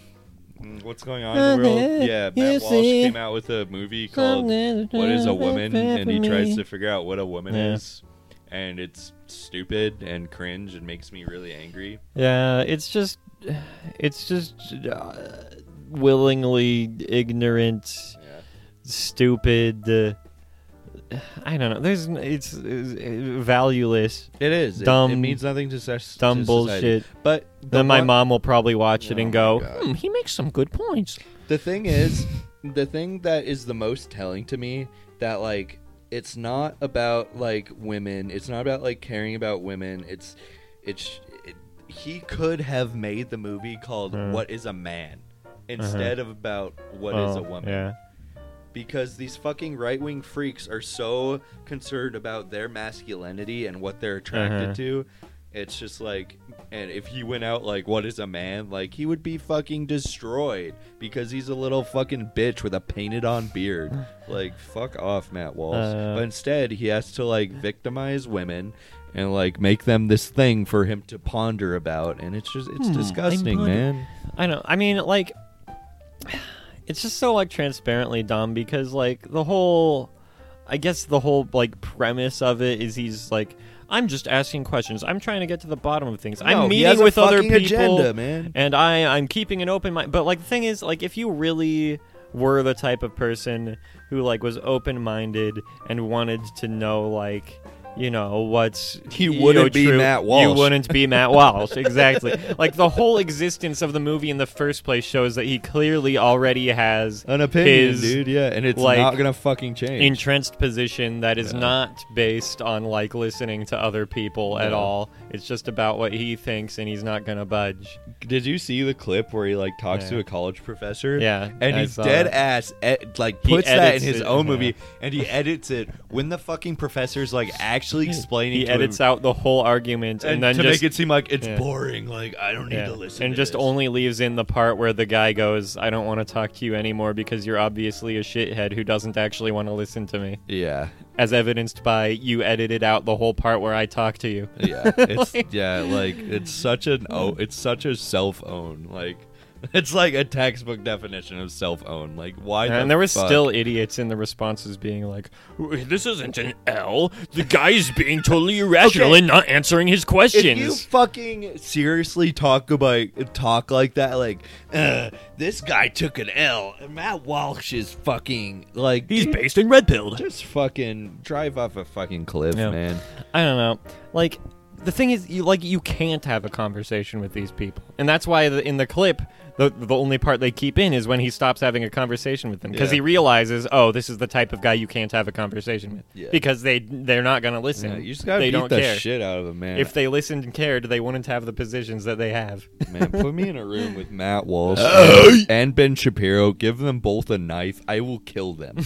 E: Mm, What's going on in the world? Yeah, Matt Walsh came out with a movie called "What Is a Woman," and he tries to figure out what a woman
C: Yeah.
E: is, and it's stupid and cringe and makes me really angry.
C: Yeah, it's just, it's just uh, willingly ignorant,
E: Yeah.
C: stupid. Uh, I don't know. There's, n- it's, it's uh, valueless,
E: It is It-
C: Dumb-
E: It, means nothing to such
C: dumb
E: to society.
C: bullshit.
E: But the
C: then my
E: one-
C: mom will probably watch it
E: Oh
C: and
E: my
C: go,
E: God.
C: hmm, he makes some good points.
E: The thing is, the thing that is the most telling to me that like it's not about like women. It's not about like caring about women. It's it's it, he could have made the movie called "What Is a Man" instead of about "What Is a woman
C: Oh, Yeah.
E: because these fucking right wing freaks are so concerned about their masculinity and what they're attracted
C: Uh-huh.
E: to. It's just like, and if he went out like, what is a man? Like, he would be fucking destroyed because he's a little fucking bitch with a painted on
C: *sighs*
E: beard. like, fuck off, Matt Walsh.
C: Uh.
E: but instead, he has to like victimize women and like make them this thing for him to ponder about. And it's just,
C: *laughs*
E: it's disgusting,
C: ponder-
E: man.
C: I know. I mean, like, it's just so like transparently dumb because like the whole, I guess the whole like premise of it is he's like, I'm just asking questions. I'm trying to get to the bottom of things.
E: No,
C: I'm
E: he
C: meeting
E: has a
C: with other
E: fucking
C: people,
E: agenda, man.
C: and I I'm keeping an open mind. But like the thing is, like if you really were the type of person who like was open minded and wanted to know like you know what's
E: *laughs* You
C: know,
E: wouldn't be
C: true.
E: Matt
C: You
E: Walsh.
C: wouldn't be
E: *laughs*
C: Matt Walsh, exactly. like the whole existence of the movie in the first place shows that he clearly already has
E: An opinion,
C: his,
E: dude. Yeah, and it's
C: like,
E: not gonna fucking change.
C: entrenched position that is not based on like listening to other people at
E: No.
C: all. It's just about what he thinks, and he's not gonna budge.
E: Did you see the clip where he like talks
C: Yeah.
E: to a college professor?
C: Yeah,
E: and
C: I
E: he's
C: saw
E: dead
C: that.
E: ass ed- like
C: He
E: puts that in
C: edits
E: his
C: it,
E: own
C: yeah.
E: movie and he edits it when the fucking professor's like actually explaining.
C: He
E: to
C: edits
E: him,
C: out the whole argument, and, then
E: to
C: just
E: make it seem like it's
C: yeah.
E: boring. Like I don't need
C: Yeah.
E: to listen.
C: and
E: to
C: just
E: this.
C: only leaves in the part where the guy goes, "I don't want to talk to you anymore because you're obviously a shithead who doesn't actually want to listen to me," *laughs*
E: yeah,
C: as evidenced by you edited out the whole part where I talk to you. *laughs*
E: yeah, it's yeah, like it's such an oh, it's such a self own like. It's like a textbook definition of self own. Like why? the
C: And there was
E: fuck?
C: still idiots in the responses being like,
G: This isn't an L. The guy's being totally irrational and not answering his questions.
E: If you fucking seriously talk about talk like that, like *clears throat* uh, this guy took an L, and Matt Walsh is fucking like
G: He's based in red pilled.
E: just fucking drive off a fucking cliff,
C: Yeah.
E: man.
C: I don't know. Like the thing is, you like you can't have a conversation with these people, and that's why the, in the clip, the the only part they keep in is when he stops having a conversation with them because
E: Yeah.
C: he realizes, oh, this is the type of guy you can't have a conversation with
E: Yeah.
C: because they they're not gonna listen.
E: Yeah, you just gotta
C: they
E: beat
C: don't
E: the
C: care.
E: shit out of him, man.
C: If they listened and cared, they wouldn't have the positions that they have.
E: man,
C: *laughs*
E: put me in a room with Matt *laughs* Walsh and Ben Shapiro. Give them both a knife. I will kill them.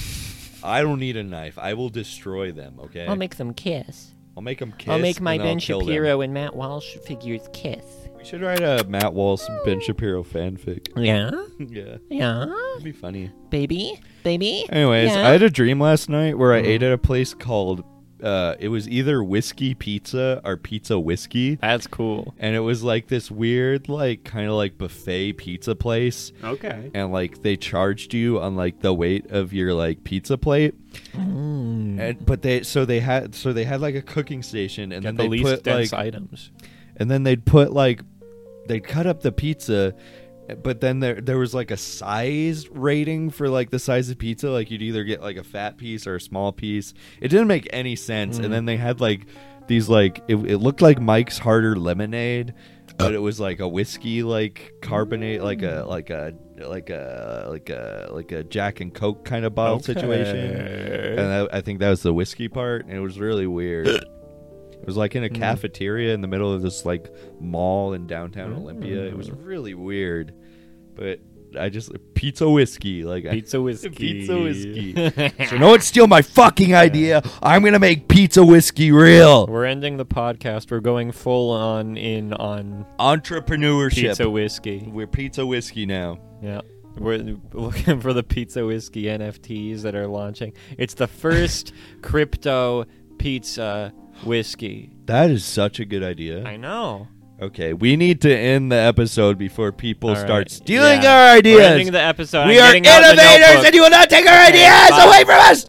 E: I don't need a knife. I will destroy them. Okay,
F: *laughs* I'll make them kiss.
E: I'll make them kiss.
F: I'll make my
E: and I'll
F: Ben
E: kill them.
F: Shapiro and Matt Walsh figures kiss.
E: We should write a Matt Walsh Ben Shapiro fanfic.
F: Yeah?
E: *laughs* yeah,
F: Yeah?
E: that'd be funny.
F: Baby? Baby?
E: Anyways,
F: Yeah.
E: I had a dream last night where I
F: Mm-hmm.
E: ate at a place called uh it was either whiskey pizza or pizza whiskey.
C: That's cool.
E: And it was like this weird, like kind of like buffet pizza place.
G: Okay.
E: And like they charged you on like the weight of your like pizza plate. And but they so they had so they had like a cooking station and
C: Get the
E: then they
C: least
E: put
C: dense
E: like
C: items.
E: and then they'd put like they'd cut up the pizza but then there there was like a size rating for like the size of pizza like you'd either get like a fat piece or a small piece it didn't make any sense and then they had like these like it, it looked like mike's harder lemonade but it was like a whiskey like carbonate like a like a like a like a like a jack and coke kind of bottle situation and I, I think that was the whiskey part and it was really weird it was like in a cafeteria in the middle of this like mall in downtown Olympia. It was really weird, but I just pizza whiskey like I-
C: Pizza whiskey.
E: pizza whiskey. *laughs*
C: *laughs*
E: so no one steal my fucking idea. I'm gonna make pizza whiskey real.
C: We're ending the podcast. We're going full on in on
E: Entrepreneurship.
C: pizza whiskey.
E: We're pizza whiskey now.
C: Yeah. We're *laughs* looking for the pizza whiskey NFTs that are launching. It's the
E: *laughs*
C: first crypto pizza whiskey.
E: That is such a good idea.
C: I know.
E: Okay, we need to end the episode before people
C: All
E: start
C: right.
E: stealing
C: Yeah.
E: our
C: We're
E: ideas.
C: ending the episode.
E: we
C: I'm
E: are
C: getting out the
E: innovators,
C: notebook.
E: and you will not take our
C: Okay,
E: ideas
C: bye.
E: away from us.